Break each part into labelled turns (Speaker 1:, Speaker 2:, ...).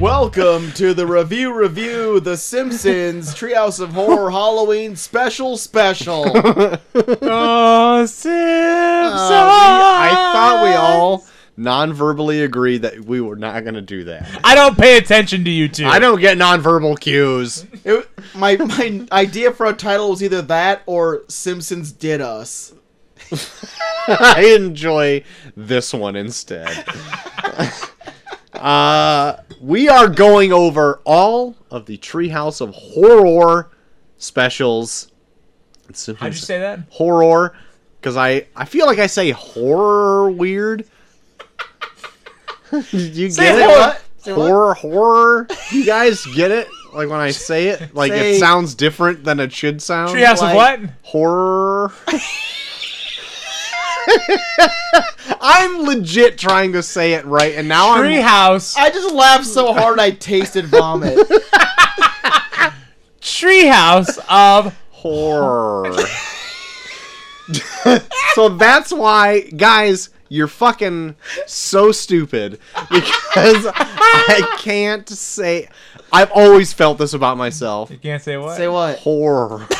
Speaker 1: Welcome to the review review The Simpsons Treehouse of Horror Halloween Special Special.
Speaker 2: oh, Simpsons!
Speaker 1: Uh, we- I thought we all non-verbally agreed that we were not going to do that.
Speaker 2: I don't pay attention to you two.
Speaker 1: I don't get non-verbal cues. It, my my idea for a title was either that or Simpsons did us.
Speaker 3: I enjoy this one instead. uh, we are going over all of the Treehouse of Horror specials. It's simple
Speaker 2: How'd you say that?
Speaker 3: horror because I I feel like I say horror weird. you get
Speaker 2: Say
Speaker 3: it?
Speaker 2: horror.
Speaker 1: What? Say what?
Speaker 3: Horror, horror. You guys get it? Like when I say it, like
Speaker 1: Say-
Speaker 3: it sounds different than it should sound.
Speaker 2: Treehouse of what?
Speaker 1: like-
Speaker 3: Horror. I'm legit trying to say it right, and now I'm
Speaker 2: Treehouse.
Speaker 1: I just laughed so hard I tasted vomit.
Speaker 2: Treehouse of.
Speaker 3: horror. so that's why, guys, you're fucking so stupid because I can't say. I've always felt this about myself.
Speaker 2: You can't say what?
Speaker 1: Say what?
Speaker 3: Horror.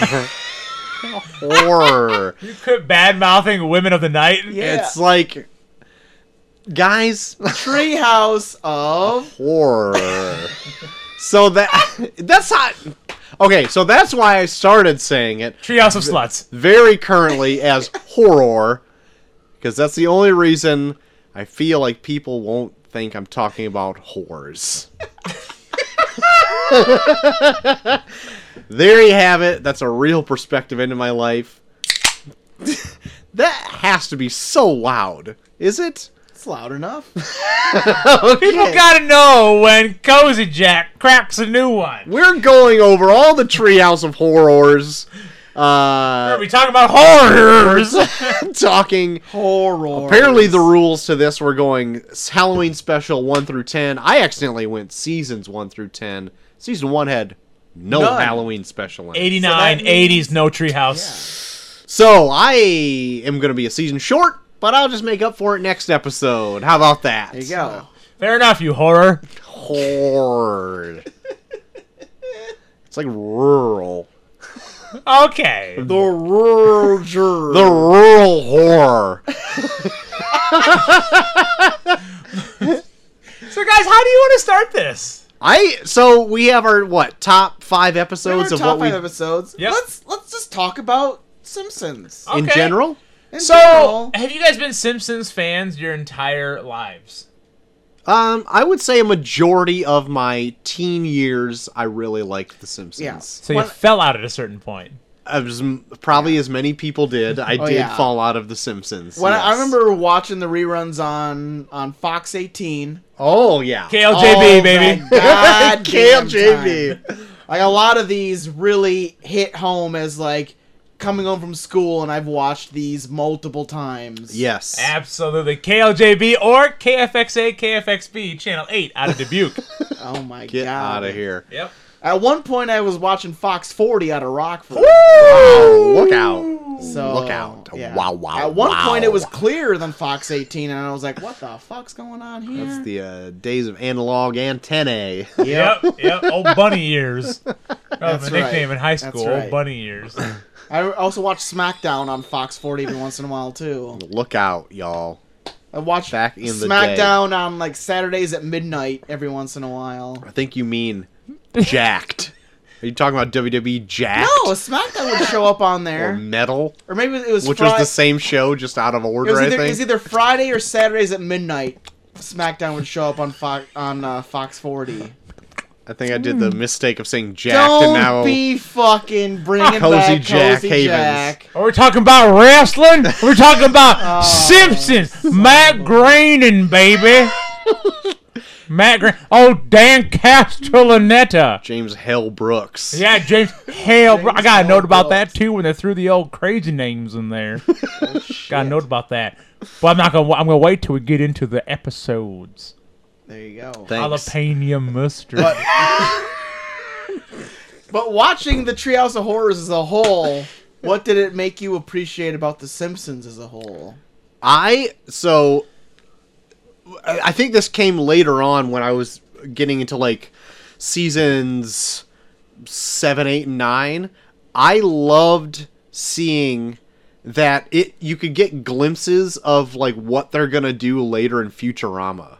Speaker 3: horror.
Speaker 2: You quit bad mouthing women of the night.
Speaker 1: Yeah.
Speaker 3: It's like, guys,
Speaker 1: Treehouse of
Speaker 3: horror. so that that's not okay. So that's why I started saying it.
Speaker 2: Treehouse of sluts.
Speaker 3: very currently as horror because that's the only reason I feel like people won't think I'm talking about whores. there you have it. That's a real perspective into my life. that has to be so loud, is it?
Speaker 1: It's loud enough.
Speaker 2: People gotta know when Cozy Jack cracks a new one.
Speaker 3: We're going over all the Treehouse of Horrors. Uh,
Speaker 2: Are we talking about horrors?
Speaker 3: talking
Speaker 1: Horror.
Speaker 3: Apparently, the rules to this were going Halloween special 1 through 10. I accidentally went seasons 1 through 10. Season 1 had no
Speaker 1: None.
Speaker 3: Halloween special in it.
Speaker 2: 89,
Speaker 1: So that
Speaker 2: 80s, no treehouse.
Speaker 3: So, I am going to be a season short, but I'll just make up for it next episode. How about that?
Speaker 1: There you go.
Speaker 2: Fair enough, you horror.
Speaker 3: Horde. it's like rural.
Speaker 2: Okay.
Speaker 1: The Roger.
Speaker 3: The rural horror.
Speaker 2: So, guys, how do you want to start this?
Speaker 3: I so we have our what top five episodes
Speaker 1: There were
Speaker 3: of what
Speaker 1: top
Speaker 3: we
Speaker 1: five episodes.
Speaker 2: Yep.
Speaker 1: Let's let's just talk about Simpsons.
Speaker 3: in
Speaker 2: Okay.
Speaker 3: general.
Speaker 1: In
Speaker 2: So,
Speaker 1: general,
Speaker 2: have you guys been Simpsons fans your entire lives?
Speaker 3: Um, I would say a majority of my teen years, I really liked The Simpsons.
Speaker 2: So you
Speaker 1: When-
Speaker 2: fell out at a certain point.
Speaker 3: As m probably as many people did, I
Speaker 1: Oh,
Speaker 3: did
Speaker 1: yeah.
Speaker 3: fall out of The Simpsons.
Speaker 1: when I, I
Speaker 3: yes.
Speaker 1: remember watching the reruns on on Fox 18.
Speaker 3: oh yeah,
Speaker 2: KLJB,
Speaker 1: all
Speaker 2: baby.
Speaker 1: that goddamn
Speaker 3: KLJB.
Speaker 1: time. Like a lot of these really hit home as like coming home from school, and I've watched these multiple times.
Speaker 3: yes,
Speaker 2: Absolutely. KLJB or KFXA, KFXB, Channel 8 out of Dubuque.
Speaker 1: Oh my
Speaker 3: get
Speaker 1: god.
Speaker 3: out of here.
Speaker 2: yep.
Speaker 1: At one point, I was watching Fox 40 out of Rockford.
Speaker 3: Wow, look out!
Speaker 1: So
Speaker 3: look out!
Speaker 1: yeah.
Speaker 3: Wow, wow.
Speaker 1: At one
Speaker 3: wow.
Speaker 1: point, it was clearer than Fox 18, and I was like, "What the fuck's going on here?"
Speaker 3: That's the uh, days of analog antennae.
Speaker 2: Yep. Yep. Old bunny ears. That was my
Speaker 1: That's right.
Speaker 2: nickname in high school.
Speaker 1: That's right.
Speaker 2: Old bunny ears.
Speaker 1: I also watch SmackDown on Fox 40 every once in a while too.
Speaker 3: look out, y'all!
Speaker 1: I watch
Speaker 3: Back in the
Speaker 1: SmackDown on like Saturdays at midnight every once in a while.
Speaker 3: I think you mean jacked. Are you talking about WWE jacked
Speaker 1: No, Oh, SmackDown would show up on
Speaker 3: or
Speaker 1: there,
Speaker 3: metal?
Speaker 1: or maybe it was
Speaker 3: which
Speaker 1: Fri-
Speaker 3: was the same show just out of
Speaker 1: It
Speaker 3: order.
Speaker 1: was, either, it
Speaker 3: I
Speaker 1: was
Speaker 3: think.
Speaker 1: either Friday or Saturdays at midnight. SmackDown would show up on Fox on uh, Fox 40.
Speaker 3: I think I did the mistake of saying Jack and
Speaker 1: Hmm. Don't
Speaker 3: now
Speaker 1: be fucking bringing
Speaker 3: Cozy
Speaker 1: back
Speaker 3: Jack
Speaker 1: Cozy
Speaker 3: Havens.
Speaker 1: Jack.
Speaker 2: Are we talking about wrestling? We're talking about
Speaker 1: Oh,
Speaker 2: Simpsons. Matt Groening, baby. Matt Groening. Oh, Dan Castellaneta.
Speaker 3: James Hell Brooks.
Speaker 2: Yeah, James Hale. bro. I
Speaker 1: James
Speaker 2: got a
Speaker 1: Hale
Speaker 2: note about that
Speaker 1: Brooks.
Speaker 2: too when they threw the old crazy names in there.
Speaker 3: Oh,
Speaker 2: got a note about that, but I'm not gonna. wa- I'm gonna wait till we get into the episodes.
Speaker 1: There you go.
Speaker 3: Thanks.
Speaker 2: Jalapeno mustard.
Speaker 1: But watching the Treehouse of Horrors as a whole, what did it make you appreciate about The Simpsons as a whole?
Speaker 3: I so I I think this came later on when I was getting into like seasons seven, eight, and nine, I loved seeing that it you could get glimpses of like what they're gonna do later in Futurama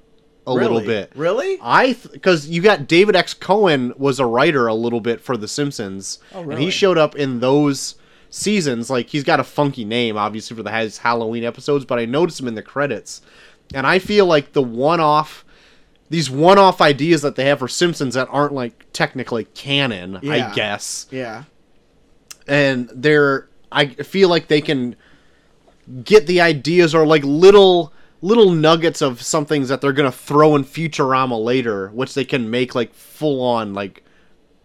Speaker 3: a little
Speaker 1: Really?
Speaker 3: bit. Uh,
Speaker 1: Really?
Speaker 3: I because you got David X. Cohen was a writer a little bit for The Simpsons,
Speaker 1: Oh,
Speaker 3: and he
Speaker 1: really?
Speaker 3: showed up in those seasons. Like he's got a funky name, obviously for the his Halloween episodes, but I noticed him in the credits, and I feel like the one-off, these one-off ideas that they have for Simpsons that aren't like technically canon, I
Speaker 1: Yeah.
Speaker 3: guess,
Speaker 1: Yeah.
Speaker 3: and they're I feel like they can get the ideas or like little little nuggets of some things that they're gonna throw in Futurama later, which they can make like full on like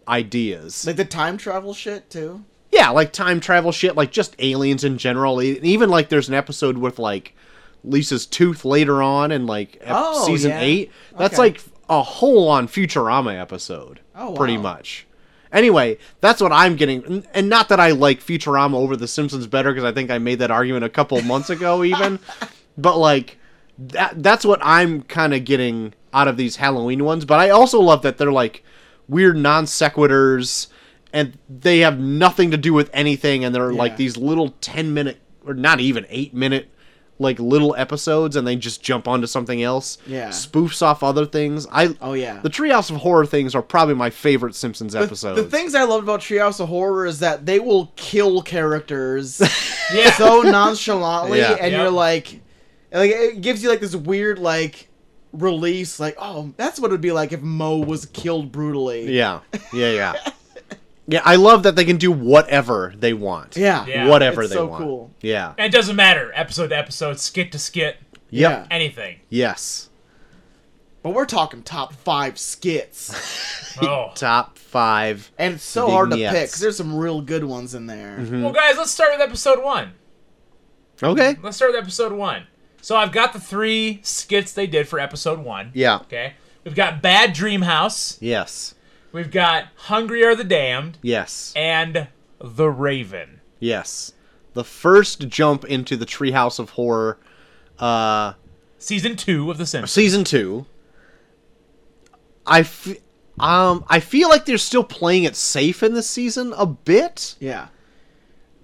Speaker 3: ideas.
Speaker 1: Like the time travel shit too.
Speaker 3: yeah, like time travel shit, like just aliens in general. E- Even like there's an episode with like Lisa's tooth later on in like ep-
Speaker 1: Oh,
Speaker 3: season
Speaker 1: yeah.
Speaker 3: eight. That's
Speaker 1: Okay.
Speaker 3: like a whole on Futurama episode.
Speaker 1: Oh, wow.
Speaker 3: pretty much. Anyway, that's what I'm getting, N- and not that I like Futurama over The Simpsons better because I think I made that argument a couple months ago, even. But like, that that's what I'm kind of getting out of these Halloween ones. But I also love that they're like weird non sequiturs, and they have nothing to do with anything, and they're like
Speaker 1: Yeah.
Speaker 3: these little ten minute or not even eight minute like little episodes, and they just jump onto something else.
Speaker 1: Yeah.
Speaker 3: spoofs off other things. I
Speaker 1: Oh yeah.
Speaker 3: the Treehouse of Horror things are probably my favorite Simpsons episodes.
Speaker 1: The things I loved about Treehouse of Horror is that they will kill characters
Speaker 2: Yeah.
Speaker 1: so nonchalantly,
Speaker 3: Yeah.
Speaker 1: and
Speaker 2: Yep.
Speaker 1: you're like, and, like it gives you like this weird like release, like oh that's what it'd be like if Mo was killed brutally.
Speaker 3: yeah, yeah, yeah, yeah. I love that they can do whatever they want.
Speaker 1: Yeah.
Speaker 2: Yeah.
Speaker 3: whatever
Speaker 1: It's
Speaker 3: they
Speaker 1: so
Speaker 3: want.
Speaker 1: cool.
Speaker 3: Yeah.
Speaker 2: And it doesn't matter, episode to episode, skit to skit,
Speaker 3: Yep.
Speaker 1: Yeah.
Speaker 2: anything.
Speaker 3: Yes.
Speaker 1: But we're talking top five skits,
Speaker 2: Oh.
Speaker 3: Top five.
Speaker 1: and it's so hard to pick.
Speaker 3: Vignettes.
Speaker 1: 'cause there's some real good ones in there.
Speaker 3: Mm-hmm.
Speaker 2: Well, guys, let's start with episode one.
Speaker 3: Okay.
Speaker 2: Let's start with episode one. So I've got the three skits they did for episode one.
Speaker 3: Yeah.
Speaker 2: Okay. We've got Bad Dream House.
Speaker 3: Yes.
Speaker 2: We've got Hungry Are the Damned.
Speaker 3: Yes.
Speaker 2: And The Raven.
Speaker 3: Yes. The first jump into the Treehouse of Horror, uh,
Speaker 2: Season two of The Simpsons.
Speaker 3: season two. I f- um I feel like they're still playing it safe in this season a bit.
Speaker 1: Yeah.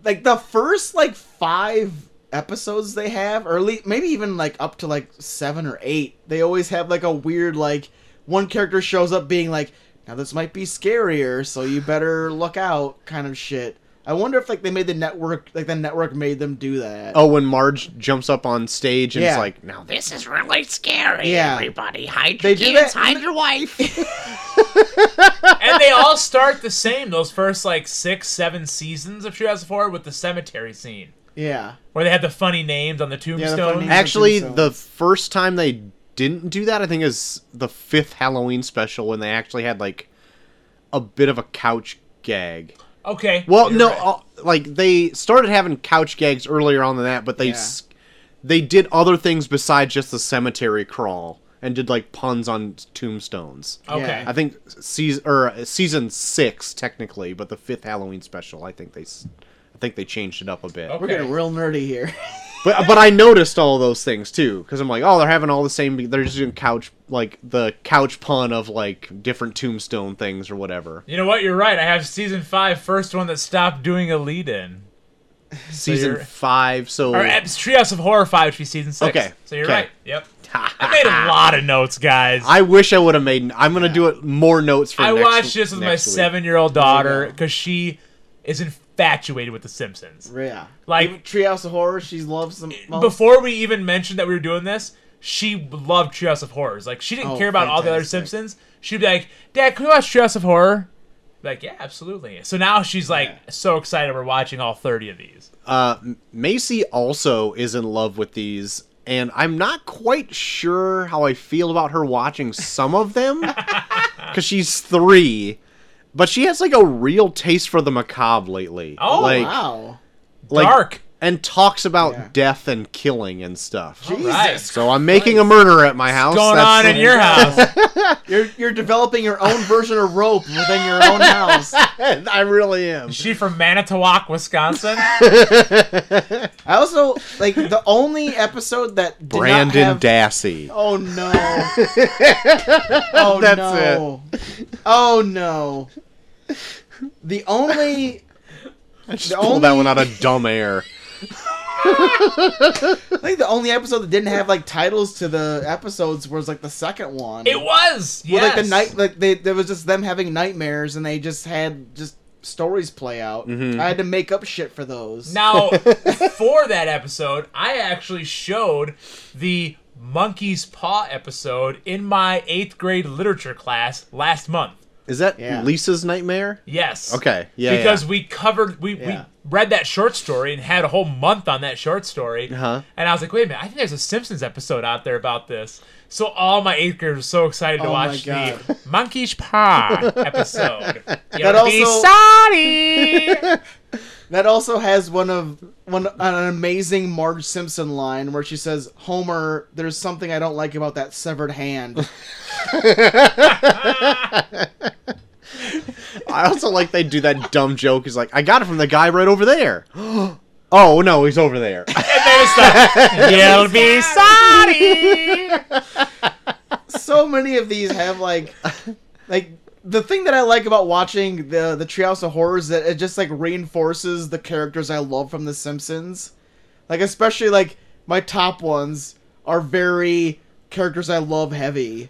Speaker 1: Like the first like five episodes they have, or at least maybe even like up to like seven or eight, they always have like a weird like one character shows up being like, Now this might be scarier, so you better look out kind of shit. I wonder if like they made the network like the network made them do that.
Speaker 3: Oh, when Marge jumps up on stage and it's
Speaker 1: Yeah.
Speaker 3: like, now this
Speaker 4: This is really scary,
Speaker 1: Yeah.
Speaker 4: everybody. Hide your
Speaker 1: They do
Speaker 4: kids,
Speaker 1: that-
Speaker 4: hide your wife.
Speaker 2: and they all start the same, those first like six, seven seasons of Treehouse of Horror with the cemetery scene.
Speaker 1: Yeah.
Speaker 2: Where they had the funny names on the
Speaker 1: funny
Speaker 2: tombstone.
Speaker 1: names.
Speaker 3: Actually,
Speaker 1: Simpsons.
Speaker 3: the first time they didn't do that, I think, is the fifth Halloween special when they actually had like a bit of a couch gag.
Speaker 2: okay.
Speaker 3: Well,
Speaker 2: you're
Speaker 3: no,
Speaker 2: right.
Speaker 3: uh, like they started having couch gags earlier on than that, but they
Speaker 1: Yeah.
Speaker 3: s- they did other things besides just the cemetery crawl and did like puns on tombstones.
Speaker 2: Okay.
Speaker 3: I think season or uh, season six technically, but the fifth Halloween special, I think they, s- I think they changed it up a bit.
Speaker 2: Okay.
Speaker 1: We're getting real nerdy here.
Speaker 3: But but I noticed all those things too, because I'm like, oh, they're having all the same. They're just doing couch like the couch pun of like different tombstone things or whatever.
Speaker 2: You know what? You're right. I have season five, first one that stopped doing a lead in.
Speaker 3: Season
Speaker 2: you're-
Speaker 3: five, so
Speaker 2: Or Ep- Treehouse of Horror 5, which be season 6.
Speaker 3: Okay,
Speaker 2: So you're
Speaker 3: okay.
Speaker 2: right. Yep. I made a lot of notes, guys. I,
Speaker 3: I wish I would have made. I'm gonna do it more notes for. next,
Speaker 2: watched this with my
Speaker 3: next week.
Speaker 2: seven year old daughter because she is infatuated with The Simpsons.
Speaker 1: yeah.
Speaker 2: Like-
Speaker 1: Even Treehouse of Horror, she loves them most.
Speaker 2: Before we even mentioned that we were doing this, she loved Treehouse of Horrors. Like, she didn't
Speaker 1: Oh,
Speaker 2: care about all the other
Speaker 1: fantastic.
Speaker 2: Simpsons. She'd be like, Dad, can we watch Treehouse of Horror? Like, yeah, absolutely. So now she's like so excited we're watching all 30 of these.
Speaker 3: Uh, Macy also is in love with these, and I'm not quite sure how I feel about her watching some of them because she's three. But she has like a real taste for the macabre lately.
Speaker 2: Oh,
Speaker 3: like,
Speaker 1: wow.
Speaker 3: Like,
Speaker 2: Dark.
Speaker 3: and talks about
Speaker 1: Yeah.
Speaker 3: death and killing and stuff.
Speaker 1: Jesus,
Speaker 2: right.
Speaker 3: So I'm making a murder at my house.
Speaker 2: What's going
Speaker 3: That's
Speaker 2: on
Speaker 3: the-
Speaker 2: in your house?
Speaker 1: you're you're developing your own version of rope within your own house.
Speaker 3: I really am.
Speaker 2: Is she from Manitowoc, Wisconsin?
Speaker 1: I also like the only episode that did not
Speaker 3: Brandon
Speaker 1: have-
Speaker 3: Dassey.
Speaker 1: Oh no! oh
Speaker 3: That's
Speaker 1: no! Oh no! The only
Speaker 3: I just
Speaker 1: The
Speaker 3: pulled that
Speaker 1: only-
Speaker 3: one out of dumb air.
Speaker 1: I think the only episode that didn't have like titles to the episodes was like the second one.
Speaker 2: it was.
Speaker 1: Well, like
Speaker 2: Yes.
Speaker 1: the night, like they there was just them having nightmares, and they just had just stories play out.
Speaker 3: Mhm.
Speaker 1: I had to make up shit for those.
Speaker 2: Now, for that episode, I actually showed the monkey's paw episode in my eighth grade literature class last month.
Speaker 3: Is that
Speaker 1: Yeah.
Speaker 3: Lisa's nightmare?
Speaker 2: Yes.
Speaker 3: Okay. Yeah.
Speaker 2: because
Speaker 3: yeah.
Speaker 2: we covered we,
Speaker 1: Yeah.
Speaker 2: we read that short story and had a whole month on that short story
Speaker 3: Uh-huh.
Speaker 2: and i was like wait a minute i think there's a simpsons episode out there about this so all my eighth graders were so excited to
Speaker 1: Oh my
Speaker 2: watch
Speaker 1: God.
Speaker 2: the monkey's paw episode you
Speaker 1: That
Speaker 2: know, be
Speaker 1: also-
Speaker 2: sorry
Speaker 1: That also has one of one an amazing Marge Simpson line where she says, "Homer, there's something I don't like about that severed hand."
Speaker 3: I also like they do that dumb joke. He's like, I got it from the guy right over there. oh no, he's over there.
Speaker 2: and then it's like you'll be sorry
Speaker 1: so many of these have like like the thing that I like about watching the the Treehouse of Horrors is that it just like reinforces the characters I love from The Simpsons. Like especially like my top ones are very characters I love heavy.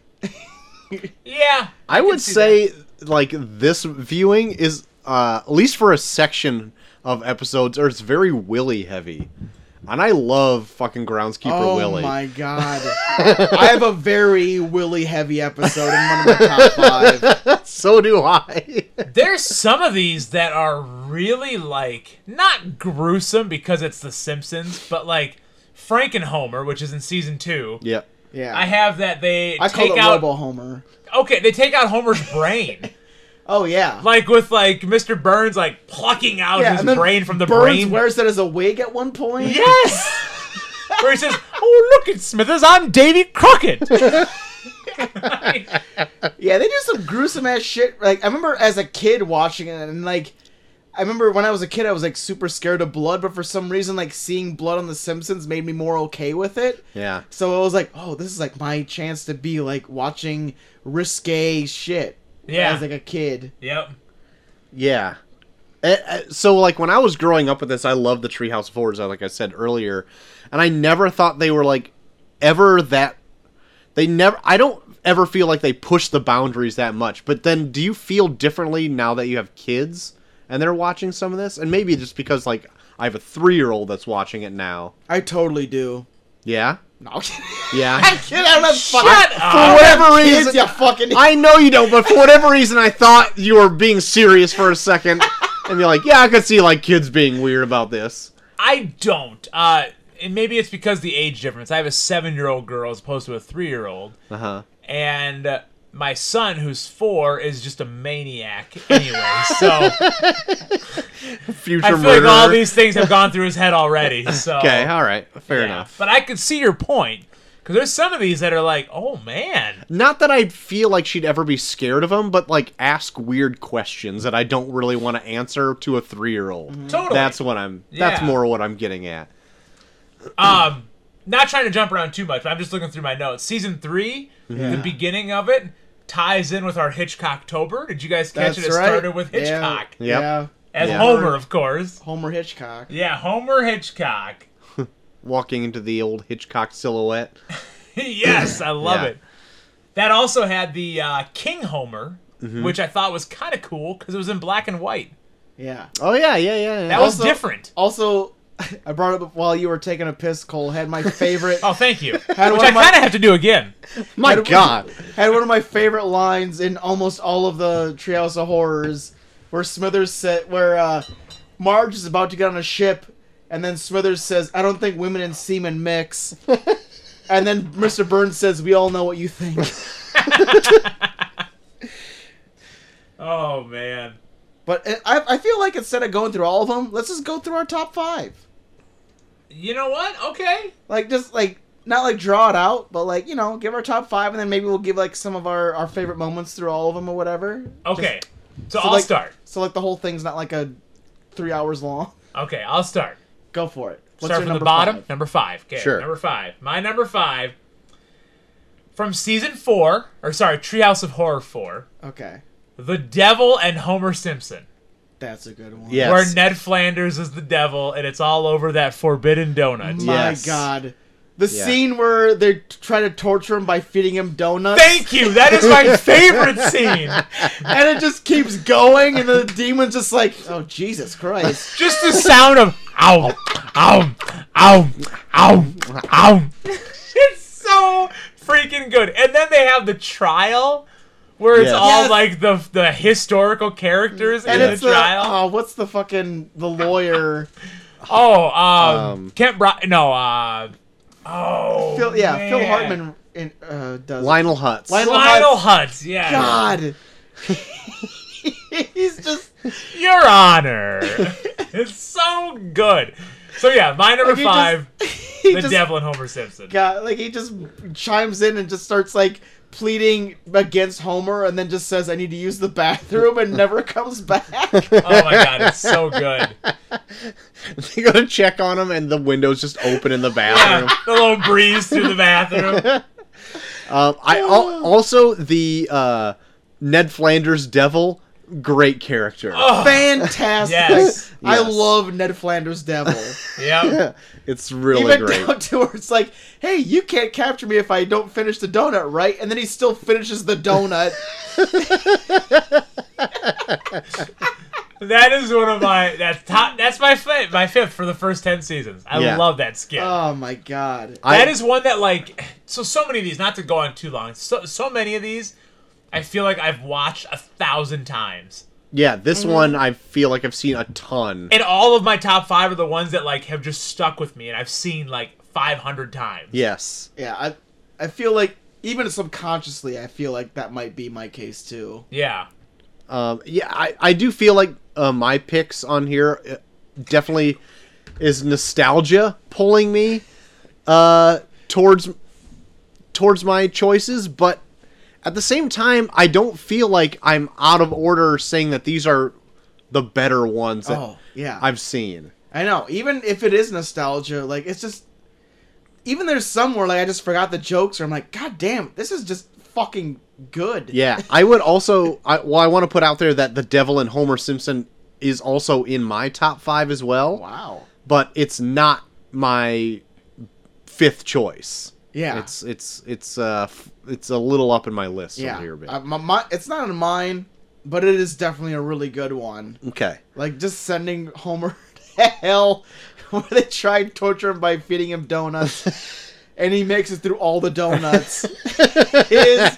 Speaker 2: yeah
Speaker 3: I,
Speaker 2: can
Speaker 3: would
Speaker 2: see
Speaker 3: say like this viewing is uh, at least for a section of episodes, or it's very Willy heavy, and I love fucking groundskeeper
Speaker 1: oh
Speaker 3: Willy.
Speaker 1: my god! I have a very Willy heavy episode in one of my top five.
Speaker 3: so do I.
Speaker 2: that. there's some of these that are really like not gruesome because it's the simpsons but like frank and homer which is in season two
Speaker 3: yeah.
Speaker 1: Yeah,
Speaker 2: I have that they
Speaker 1: I call
Speaker 2: take
Speaker 1: it
Speaker 2: out.
Speaker 1: Robo Homer.
Speaker 2: Okay, they take out Homer's brain,
Speaker 1: Oh yeah,
Speaker 2: like with like Mr. Burns like plucking out
Speaker 1: yeah.
Speaker 2: his brain from the
Speaker 1: Burns
Speaker 2: brain.
Speaker 1: wears that as a wig at one point.
Speaker 2: yes. Where he says, "Oh look at Smithers, I'm Davy Crockett."
Speaker 1: Yeah, they do some gruesome ass shit. Like I remember as a kid watching it, and like I remember when I was a kid, I was like super scared of blood, but for some reason, like seeing blood on The Simpsons made me more okay with it.
Speaker 3: Yeah.
Speaker 1: So I was like, oh, this is like my chance to be like watching risque shit.
Speaker 2: Yeah.
Speaker 1: as like a kid.
Speaker 2: yep.
Speaker 3: Yeah. Eh, eh, So like when I was growing up with this, I loved the Treehouse of Horrors, like I said earlier, and I never thought they were like ever that. They never. I don't ever feel like they push the boundaries that much. But then, do you feel differently now that you have kids and they're watching some of this? And maybe just because like I have a three-year-old that's watching it now.
Speaker 1: I totally do.
Speaker 3: Yeah.
Speaker 1: No, I'm kidding.
Speaker 3: Yeah.
Speaker 1: Kid, I don't have
Speaker 2: Shut
Speaker 1: fucking
Speaker 2: up.
Speaker 3: whatever
Speaker 1: kids,
Speaker 3: reason-
Speaker 1: you fucking.
Speaker 3: I know you don't, but for whatever reason, I thought you were being serious for a second, and you're like, "Yeah, I could see like kids being weird about this."
Speaker 2: I don't. Uh, and maybe it's because the age difference. I have a seven-year-old girl as opposed to a three-year-old.
Speaker 3: Uh huh.
Speaker 2: and uh, my son who's four is just a maniac anyway so
Speaker 3: future
Speaker 2: i feel
Speaker 3: murderer.
Speaker 2: like all these things have gone through his head already so
Speaker 3: okay, all right, fair
Speaker 2: Yeah.
Speaker 3: enough.
Speaker 2: but i could see your point because there's some of these that are like oh man
Speaker 3: Not that I feel like she'd ever be scared of him, but like ask weird questions that I don't really want to answer to a three-year-old.
Speaker 2: Totally.
Speaker 3: That's what I'm. That's
Speaker 2: Yeah.
Speaker 3: more what I'm getting at.
Speaker 2: um not trying to jump around too much but i'm just looking through my notes season three the beginning of it ties in with our hitchcocktober did you guys catch
Speaker 1: That's
Speaker 2: it it
Speaker 1: right.
Speaker 2: started with
Speaker 1: Yeah.
Speaker 2: hitchcock
Speaker 3: Yep.
Speaker 1: Yeah,
Speaker 2: as
Speaker 3: Yeah.
Speaker 2: homer of course
Speaker 1: Homer Hitchcock.
Speaker 2: yeah homer hitchcock
Speaker 3: Walking into the old Hitchcock silhouette.
Speaker 2: yes, I love
Speaker 3: Yeah.
Speaker 2: it. That also had the uh, King Homer,
Speaker 1: Mm-hmm.
Speaker 2: which I thought was kind of cool because it was in black and white.
Speaker 1: Yeah.
Speaker 3: Oh yeah, yeah, yeah.
Speaker 2: That
Speaker 3: yeah.
Speaker 2: was
Speaker 1: Also-
Speaker 2: different.
Speaker 1: Also, I brought it up while you were taking a piss. Cole had my favorite.
Speaker 2: Oh, thank you. which I
Speaker 1: Had
Speaker 2: kind
Speaker 1: one of
Speaker 2: of
Speaker 1: my-
Speaker 2: have to do again.
Speaker 3: My
Speaker 1: Had-
Speaker 3: God.
Speaker 1: had one of my favorite lines in almost all of the Treehouse of Horrors, where Smithers said, where uh, Marge is about to get on a ship, and then Smithers says, "I don't think women and semen mix," and then Mr. Burns says, "We all know what you think."
Speaker 2: Oh man.
Speaker 1: eh, But I, I feel like instead of going through all of them, let's just go through our top five.
Speaker 2: You know what? Okay.
Speaker 1: Like just like not like draw it out, but like you know, give our top five, and then maybe we'll give like some of our our favorite moments through all of them or whatever.
Speaker 2: Okay.
Speaker 1: So,
Speaker 2: so, I'll
Speaker 1: like-
Speaker 2: start.
Speaker 1: So like the whole thing's not like a three hours long.
Speaker 2: Okay, I'll start.
Speaker 1: Go for it.
Speaker 2: start
Speaker 1: your
Speaker 2: from the
Speaker 1: number
Speaker 2: bottom.
Speaker 1: five?
Speaker 2: Number five. Okay.
Speaker 3: Sure.
Speaker 2: Number five. My number five from season four, or sorry, Treehouse of Horror four,
Speaker 1: Okay,
Speaker 2: The Devil and Homer Simpson,
Speaker 1: that's a good one.
Speaker 3: Yeah.
Speaker 2: where
Speaker 3: Yes.
Speaker 2: Ned Flanders is the devil, and it's all over that forbidden donut.
Speaker 1: Oh My
Speaker 3: Yes.
Speaker 1: God. The
Speaker 3: Yeah.
Speaker 1: scene where they t- try to torture him by feeding him donuts,
Speaker 2: Thank you. That is my favorite scene.
Speaker 1: and it just keeps going, and the demon's just like, "Oh Jesus Christ!"
Speaker 2: Just the sound of ow, ow, ow, ow, ow. It's so freaking good. And then they have the trial where it's
Speaker 3: Yes.
Speaker 2: all
Speaker 1: Yes.
Speaker 2: like the the historical characters
Speaker 1: And
Speaker 2: in
Speaker 1: it's
Speaker 2: the
Speaker 1: the
Speaker 2: trial.
Speaker 1: oh, what's the fucking the lawyer?
Speaker 2: oh, um,
Speaker 3: Um,
Speaker 2: Kent Bro- no, uh, oh,
Speaker 1: Phil, yeah, Phil
Speaker 2: man.
Speaker 1: Hartman in, uh, does.
Speaker 3: Lionel Hutz.
Speaker 1: Lionel-
Speaker 2: Lionel Hutz, yeah.
Speaker 1: God, he's just
Speaker 2: Your Honor. it's so good. So yeah, my number
Speaker 1: Like, he just-
Speaker 2: five,
Speaker 1: he
Speaker 2: The
Speaker 1: just
Speaker 2: Devil and Homer Simpson.
Speaker 1: got like he just chimes in and just starts like pleading against Homer, and then just says, "I need to use the bathroom," and never comes back.
Speaker 2: Oh my god, it's so good.
Speaker 3: they go to check on him, and the window's just open in the bathroom.
Speaker 2: Yeah, the little breeze through the bathroom.
Speaker 3: Um, I al- also the uh, Ned Flanders devil, great character.
Speaker 2: Oh,
Speaker 1: Fantastic.
Speaker 2: Yes.
Speaker 1: I
Speaker 3: Yes.
Speaker 1: love Ned Flanders' Devil.
Speaker 2: yep.
Speaker 3: It's really
Speaker 1: Even
Speaker 3: great.
Speaker 1: down to where it's like, hey, you can't capture me if I don't finish the donut, right? And then he still finishes the donut.
Speaker 2: That is one of my that's top. That's my fi- my fifth for the first ten seasons. I
Speaker 3: Yeah.
Speaker 2: love that skit.
Speaker 1: oh my god.
Speaker 3: I-
Speaker 2: that is one that like so so many of these. Not to go on too long. So so many of these, I feel like I've watched a thousand times.
Speaker 3: yeah, this one I feel like I've seen a ton.
Speaker 2: And all of my top five are the ones that like have just stuck with me, and I've seen like five hundred times.
Speaker 3: yes.
Speaker 1: Yeah, I I feel like even subconsciously I feel like that might be my case too.
Speaker 2: Yeah.
Speaker 3: Um, yeah, I, I do feel like uh, my picks on here uh, definitely is nostalgia pulling me uh, towards towards my choices, but at the same time, I don't feel like I'm out of order saying that these are the better ones that
Speaker 1: Oh, yeah.
Speaker 3: I've seen.
Speaker 1: I know. Even if it is nostalgia, like it's just even there's somewhere like I just forgot the jokes or I'm like, God damn, this is just fucking good.
Speaker 3: Yeah, I would also. I, well, I want to put out there that the Devil and Homer Simpson is also in my top five as well,
Speaker 1: Wow.
Speaker 3: but it's not my fifth choice.
Speaker 1: Yeah.
Speaker 3: It's it's it's uh f- it's a little up in my list
Speaker 1: yeah.
Speaker 3: over here, but
Speaker 1: Uh, my, my, it's not in mine, but it is definitely a really good one.
Speaker 3: okay.
Speaker 1: Like just sending Homer to hell, where they tried to torture him by feeding him donuts, and he makes it through all the donuts. is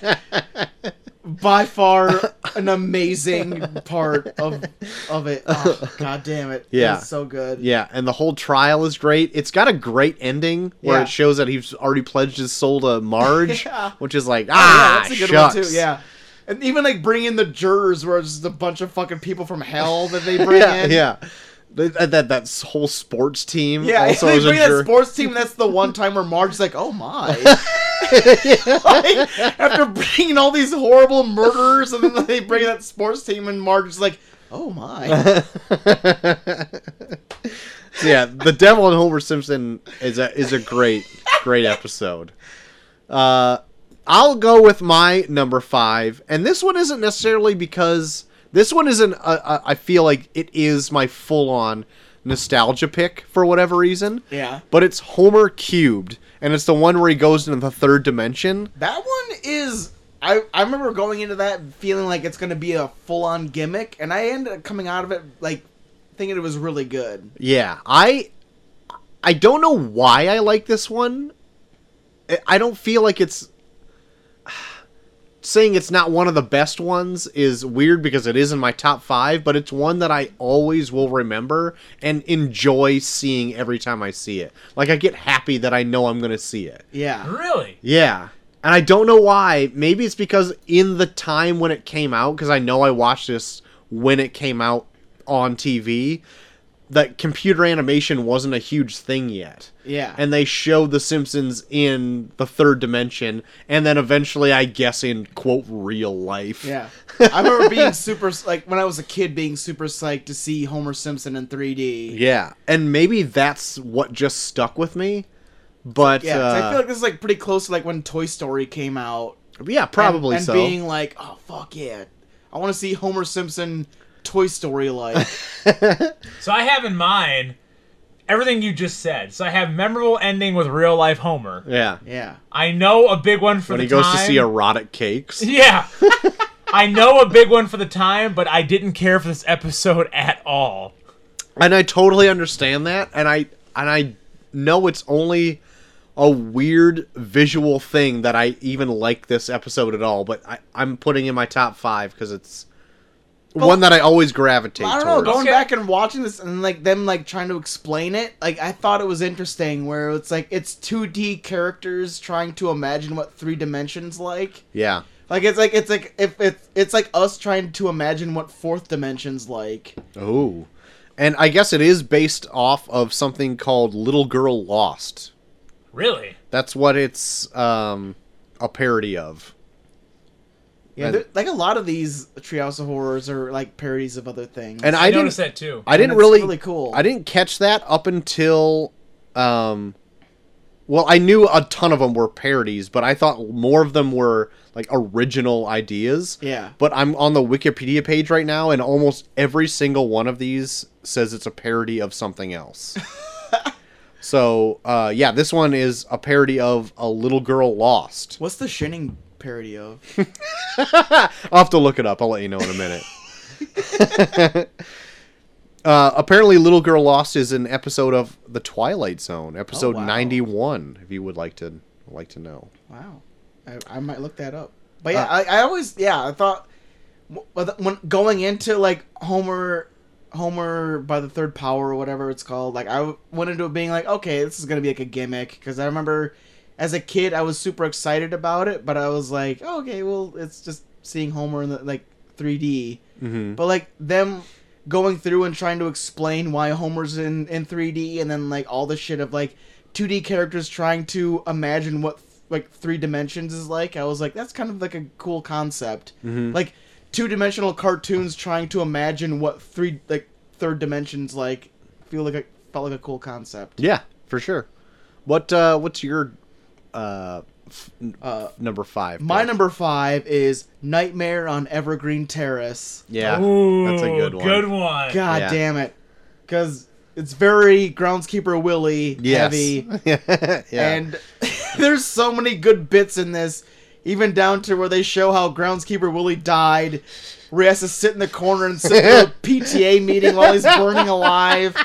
Speaker 1: by far an amazing part of of it. Oh, God damn it!
Speaker 3: Yeah.
Speaker 1: It's so good.
Speaker 3: Yeah, and the whole trial is great. It's got a great ending where
Speaker 1: Yeah.
Speaker 3: it shows that he's already pledged his soul to Marge,
Speaker 1: Yeah. Oh,
Speaker 3: which is like
Speaker 1: Yeah,
Speaker 3: ah shucks.
Speaker 1: Yeah. And even like bring in the jurors, where it's just a bunch of fucking people from hell that they bring
Speaker 3: yeah,
Speaker 1: in.
Speaker 3: yeah. Th- That, that that s- whole sports team
Speaker 1: Yeah,
Speaker 3: also
Speaker 1: they
Speaker 3: is a
Speaker 1: bring that
Speaker 3: jerk.
Speaker 1: sports team. That's the one time where Marge's like, "Oh my!" Like, after bringing all these horrible murderers, and then they bring that sports team, and Marge's like, "Oh my!"
Speaker 3: So, yeah, the Devil and Homer Simpson is a is a great great episode. Uh, I'll go with my number five, and this one isn't necessarily because this one isn't. Uh, uh, I feel like it is my full on nostalgia pick for whatever reason.
Speaker 1: Yeah.
Speaker 3: but it's Homer cubed, and it's the one where he goes into the third dimension.
Speaker 1: That one is. I, I remember going into that feeling like it's going to be a full on gimmick, and I ended up coming out of it like thinking it was really good.
Speaker 3: Yeah, I I don't know why I like this one. I- I don't feel like it's saying it's not one of the best ones is weird because it is in my top 5, but it's one that I always will remember and enjoy seeing every time I see it. Like I get happy that I know I'm going to see it.
Speaker 1: Yeah.
Speaker 2: Really?
Speaker 3: Yeah. And I don't know why. Maybe it's because in the time when it came out, because I know I watched this when it came out on TV, that computer animation wasn't a huge thing yet.
Speaker 1: Yeah.
Speaker 3: And they showed The Simpsons in the third dimension, and then eventually, I guess, in quote real life.
Speaker 1: Yeah, I remember being super like when I was a kid, being super psyched to see Homer Simpson in 3D.
Speaker 3: Yeah, and maybe that's what just stuck with me. But
Speaker 1: Yeah, 'cause I feel
Speaker 3: uh,
Speaker 1: like this is like pretty close to like when Toy Story came out.
Speaker 3: yeah, probably
Speaker 1: and, and
Speaker 3: so.
Speaker 1: being like, oh fuck yeah, I want to see Homer Simpson Toy Story like.
Speaker 2: So I have in mind everything you just said. So I have memorable ending with real life Homer.
Speaker 3: yeah,
Speaker 1: yeah,
Speaker 2: I know a big one for
Speaker 3: when
Speaker 2: the
Speaker 3: he goes
Speaker 2: time.
Speaker 3: to see erotic cakes.
Speaker 2: Yeah. I know a big one for the time, but I didn't care for this episode at all.
Speaker 3: and I totally understand that, and I and I know it's only a weird visual thing that I even like this episode at all, but I, I'm putting in my top five because it's one that I always gravitate
Speaker 1: I don't know.
Speaker 3: towards.
Speaker 1: Going
Speaker 2: Okay.
Speaker 1: back and watching this and like them like trying to explain it, like I thought it was interesting. Where it's like it's 2D characters trying to imagine what three dimensions like.
Speaker 3: Yeah,
Speaker 1: Like it's like it's like if it's it's like us trying to imagine what fourth dimension's like.
Speaker 3: Oh. And I guess it is based off of something called Little Girl Lost.
Speaker 2: Really?
Speaker 3: That's what it's um, a parody of.
Speaker 1: Yeah,
Speaker 3: And-
Speaker 1: there- like a lot of these Treehouse of Horrors are like parodies of other things.
Speaker 3: And I,
Speaker 2: I,
Speaker 3: didn't
Speaker 2: noticed that too.
Speaker 3: I didn't
Speaker 1: it's
Speaker 3: really,
Speaker 1: really cool.
Speaker 3: I didn't catch that up until um well, I knew a ton of them were parodies, but I thought more of them were like original ideas.
Speaker 1: yeah,
Speaker 3: But I'm on the Wikipedia page right now, and almost every single one of these says it's a parody of something else. so, uh, yeah, this one is a parody of A Little Girl Lost.
Speaker 1: what's the Shining parody of?
Speaker 3: I'll have to look it up. I'll let you know in a minute. uh, apparently, Little Girl Lost is an episode of The Twilight Zone, episode
Speaker 1: Oh, wow.
Speaker 3: 91. If you would like to like to know,
Speaker 1: Wow, I, I might look that up. But yeah, I, I always yeah I thought w- but when going into like Homer Homer by the third power or whatever it's called, like I w- went into it being like, okay, this is gonna be like a gimmick because I remember as a kid I was super excited about it, but I was like, oh, okay, well it's just seeing Homer in the, like 3D,
Speaker 3: Mhm.
Speaker 1: but like them going through and trying to explain why Homer's in in 3D, and then like all the shit of like 2D characters trying to imagine what like three dimensions is like. I was like, that's kind of like a cool concept,
Speaker 3: Mm-hmm.
Speaker 1: like two dimensional cartoons trying to imagine what three like third dimensions like. Feel like a felt like a cool concept.
Speaker 3: yeah, for sure. What uh, what's your uh, f- n-
Speaker 1: Uh,
Speaker 3: number five?
Speaker 1: my
Speaker 3: Doug?
Speaker 1: number five is Nightmare on Evergreen Terrace.
Speaker 3: Yeah,
Speaker 2: Ooh,
Speaker 3: that's a good one.
Speaker 2: Good one.
Speaker 1: God
Speaker 3: Yeah.
Speaker 1: damn it, because it's very groundskeeper Willie
Speaker 3: Yes.
Speaker 1: heavy.
Speaker 3: yeah.
Speaker 1: And there's so many good bits in this, even down to where they show how groundskeeper Willie died, where he has to sit in the corner and sit through a PTA meeting while he's burning alive.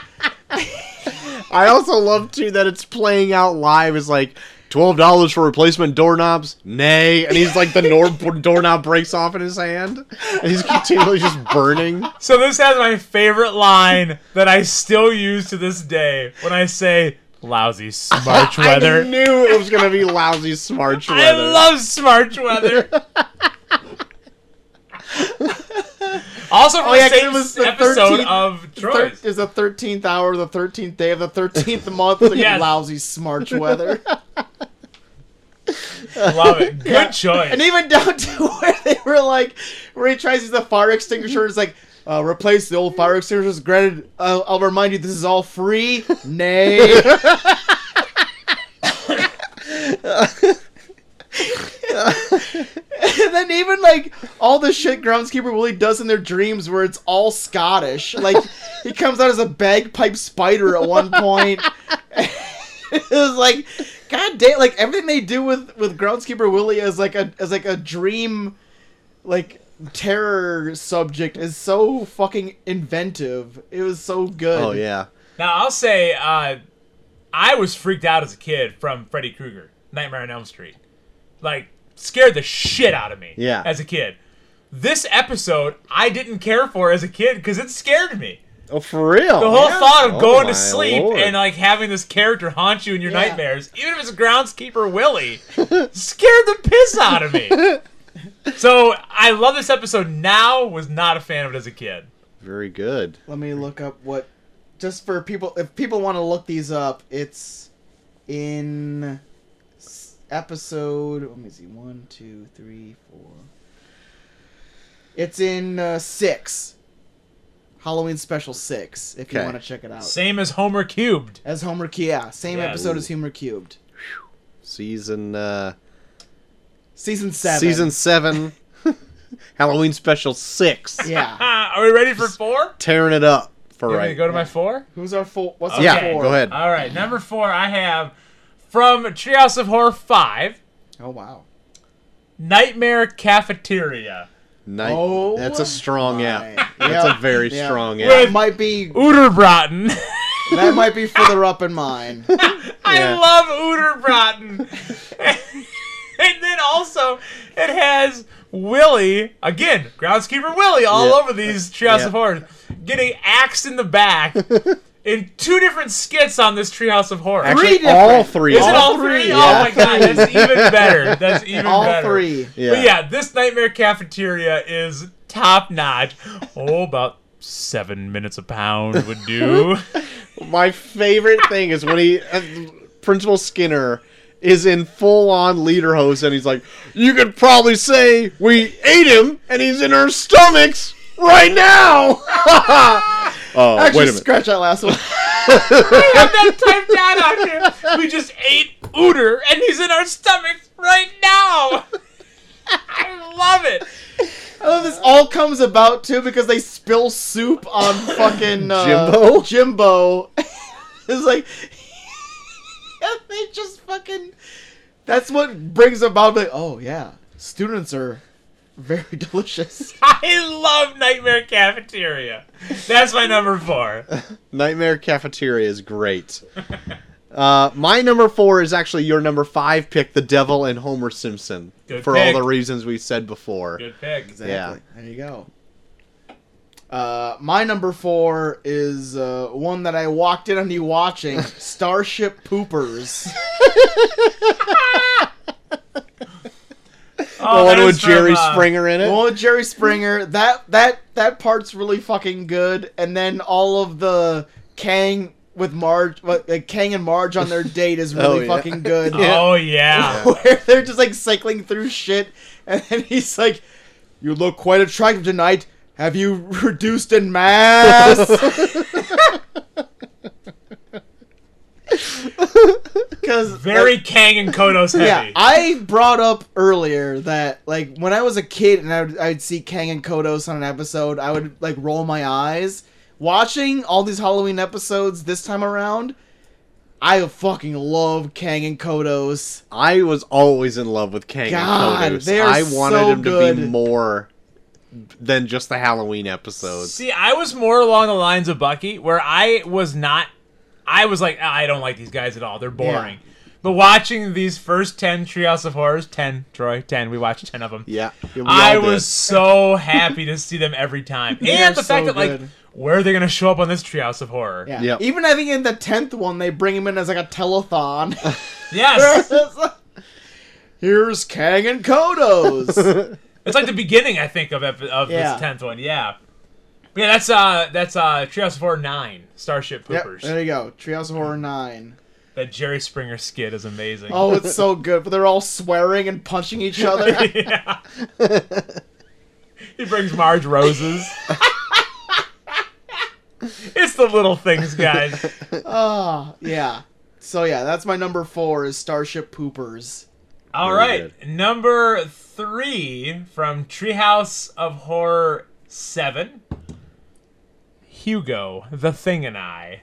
Speaker 3: I also love too that it's playing out live. It's like twelve dollars for replacement doorknobs. Nay, and he's like the nor- doorknob breaks off in his hand, and he's continually just burning.
Speaker 2: So this has my favorite line that I still use to this day when I say lousy smart
Speaker 3: I
Speaker 2: weather.
Speaker 3: knew it was gonna be lousy smart weather.
Speaker 2: I love smart weather. also from
Speaker 1: Oh, yeah, 'cause
Speaker 2: the same
Speaker 1: it was the
Speaker 2: episode
Speaker 1: 13th
Speaker 2: of
Speaker 1: Thir-
Speaker 2: Troy's.
Speaker 1: is the 13th hour, the 13th day of the 13th month, like
Speaker 2: Yes.
Speaker 1: lousy smarch weather.
Speaker 2: Love it. Good choice.
Speaker 1: And even down to where they were like, where he tries to use the fire extinguisher, it's like, uh, replace the old fire extinguishers. Granted, uh, I'll remind you, this is all free. Nay. and then even like all the shit groundskeeper Willie does in their dreams, where it's all Scottish. Like he comes out as a bagpipe spider at one point. it was like, god damn! Like everything they do with with groundskeeper Willie as like a as like a dream, like terror subject is so fucking inventive. It was so good.
Speaker 3: Oh yeah,
Speaker 2: Now I'll say uh, I was freaked out as a kid from Freddy Krueger, Nightmare on Elm Street, like scared the shit out of me.
Speaker 3: Yeah.
Speaker 2: As a kid, this episode I didn't care for as a kid because it scared me.
Speaker 3: oh for real.
Speaker 2: The whole
Speaker 3: Yeah.
Speaker 2: thought of
Speaker 3: Oh,
Speaker 2: going
Speaker 3: my
Speaker 2: to sleep
Speaker 3: lord.
Speaker 2: and like having this character haunt you in your
Speaker 1: Yeah.
Speaker 2: nightmares, even if it's groundskeeper Willie, scared the piss out of me. so I love this episode now. Was not a fan of it as a kid.
Speaker 3: Very good.
Speaker 1: Let me look up what just for people, if people want to look these up, it's in s- episode. Let me see. One, two, three, four. It's in uh, six. Halloween special six. If you
Speaker 3: Okay.
Speaker 1: want to check it out,
Speaker 2: Same as Homer cubed.
Speaker 1: as Homer Cube. Yeah, same
Speaker 2: Yeah.
Speaker 1: episode as Homer Cubed.
Speaker 3: Season uh
Speaker 1: Season seven.
Speaker 3: season seven Halloween special six.
Speaker 1: Yeah.
Speaker 2: Ah, are we ready for four?
Speaker 3: Tearing it up for
Speaker 2: You want me
Speaker 3: right.
Speaker 2: to go to my four?
Speaker 1: Who's our four? What's
Speaker 2: Okay.
Speaker 1: our
Speaker 3: yeah,
Speaker 1: four?
Speaker 3: go ahead.
Speaker 2: All right, number four, I have from Treehouse of Horror 5,
Speaker 1: Oh wow.
Speaker 2: Nightmare Cafeteria.
Speaker 3: Night.
Speaker 1: Oh
Speaker 3: that's a strong
Speaker 1: my.
Speaker 3: out. That's
Speaker 1: Yeah,
Speaker 3: a very
Speaker 1: yeah.
Speaker 3: strong
Speaker 2: Wait.
Speaker 3: out.
Speaker 1: That might be
Speaker 2: Uderbraten.
Speaker 1: that might be further up in mine.
Speaker 2: I
Speaker 3: Yeah.
Speaker 2: love Uderbraten. and then also, it has Willie, again, Groundskeeper Willie, all
Speaker 3: Yeah.
Speaker 2: over these Treehouse of
Speaker 3: Yeah.
Speaker 2: Horror, getting axed in the back in two different skits on this Treehouse of Horror.
Speaker 1: Three
Speaker 3: Actually,
Speaker 1: different.
Speaker 3: all three.
Speaker 2: Is it all three? Oh
Speaker 3: yeah.
Speaker 2: my god, that's even better. That's even
Speaker 1: All
Speaker 2: better.
Speaker 1: three.
Speaker 3: Yeah.
Speaker 2: But yeah, this nightmare cafeteria is top notch. Oh, about seven minutes a pound would do.
Speaker 3: My favorite thing is when he uh, Principal Skinner is in full on leader hose and he's like, "You could probably say we ate him and he's in our stomachs right now." oh,
Speaker 1: Actually,
Speaker 3: wait a minute.
Speaker 1: scratch that last one.
Speaker 2: we have that typed down out here. We just ate Ooter, and he's in our stomachs right now. I love it.
Speaker 1: I love this all comes about too because they spill soup on fucking uh,
Speaker 3: Jimbo?
Speaker 1: Jimbo. it's like and they just fucking. That's what brings about like oh yeah, students are very delicious.
Speaker 2: I love Nightmare Cafeteria. That's my number four.
Speaker 3: Nightmare Cafeteria is great. Uh, my number four is actually your number five pick, The Devil and Homer Simpson,
Speaker 2: Good
Speaker 3: for
Speaker 2: pick.
Speaker 3: all the reasons we said before.
Speaker 2: Good pick.
Speaker 1: Exactly. There you go. Uh, my number four is uh, one that I walked in on you watching Starship Poopers.
Speaker 2: Oh,
Speaker 3: the one
Speaker 2: that
Speaker 3: with
Speaker 2: is Oh, from,
Speaker 3: Jerry
Speaker 2: uh,
Speaker 3: Springer in it.
Speaker 1: Well, Jerry Springer, that that that part's really fucking good, and then all of the Kang with Marge, what- like Kang and Marge on their date is really
Speaker 3: Oh, yeah.
Speaker 1: fucking good.
Speaker 2: Oh yeah.
Speaker 1: Where they're just like cycling through shit, and then he's like, "You look quite attractive tonight. Have you reduced in mass?" Because
Speaker 2: Very Kang and Kodos heavy.
Speaker 1: yeah, I brought up earlier that like when I was a kid and I would, I'd see Kang and Kodos on an episode, I would like roll my eyes. Watching all these Halloween episodes this time around, I fucking love Kang and Kodos.
Speaker 3: I was always in love with Kang
Speaker 1: God,
Speaker 3: and Kodos.
Speaker 1: they are
Speaker 3: I wanted
Speaker 1: so
Speaker 3: him to be
Speaker 1: good.
Speaker 3: more than just the Halloween episodes.
Speaker 2: See, I was more along the lines of Bucky, where I was not. I was like, "Ah, I don't like these guys at all. They're boring. But watching these first ten Treehouse of Horrors, ten Troy, ten, we watched ten of them.
Speaker 3: Yeah, we all
Speaker 2: I
Speaker 3: did.
Speaker 2: was so happy to see them every time, and the
Speaker 1: are
Speaker 2: fact
Speaker 1: so
Speaker 2: that like,
Speaker 1: good.
Speaker 2: where are they gonna show up on this Treehouse of Horror?
Speaker 1: Yeah.
Speaker 3: Yep.
Speaker 1: Even I think in the tenth one they bring him in as like a telethon.
Speaker 2: Yes,
Speaker 1: Here's Kang and Kodos.
Speaker 2: it's like the beginning, I think, of epi- of
Speaker 1: Yeah.
Speaker 2: this tenth one. Yeah, yeah, that's uh, that's uh, Treehouse of Horror nine, Starship
Speaker 1: yep,
Speaker 2: Poopers.
Speaker 1: there you go. Treehouse of Horror Nine.
Speaker 2: That Jerry Springer skit is amazing.
Speaker 1: Oh, it's so good. But they're all swearing and punching each other.
Speaker 2: yeah. he brings Marge roses. it's the little things, guys.
Speaker 1: Ah, yeah. So yeah, that's my number four is Starship Poopers.
Speaker 2: All
Speaker 3: Very
Speaker 2: right, number three from Treehouse of Horror Seven. Hugo, the Thing, and I.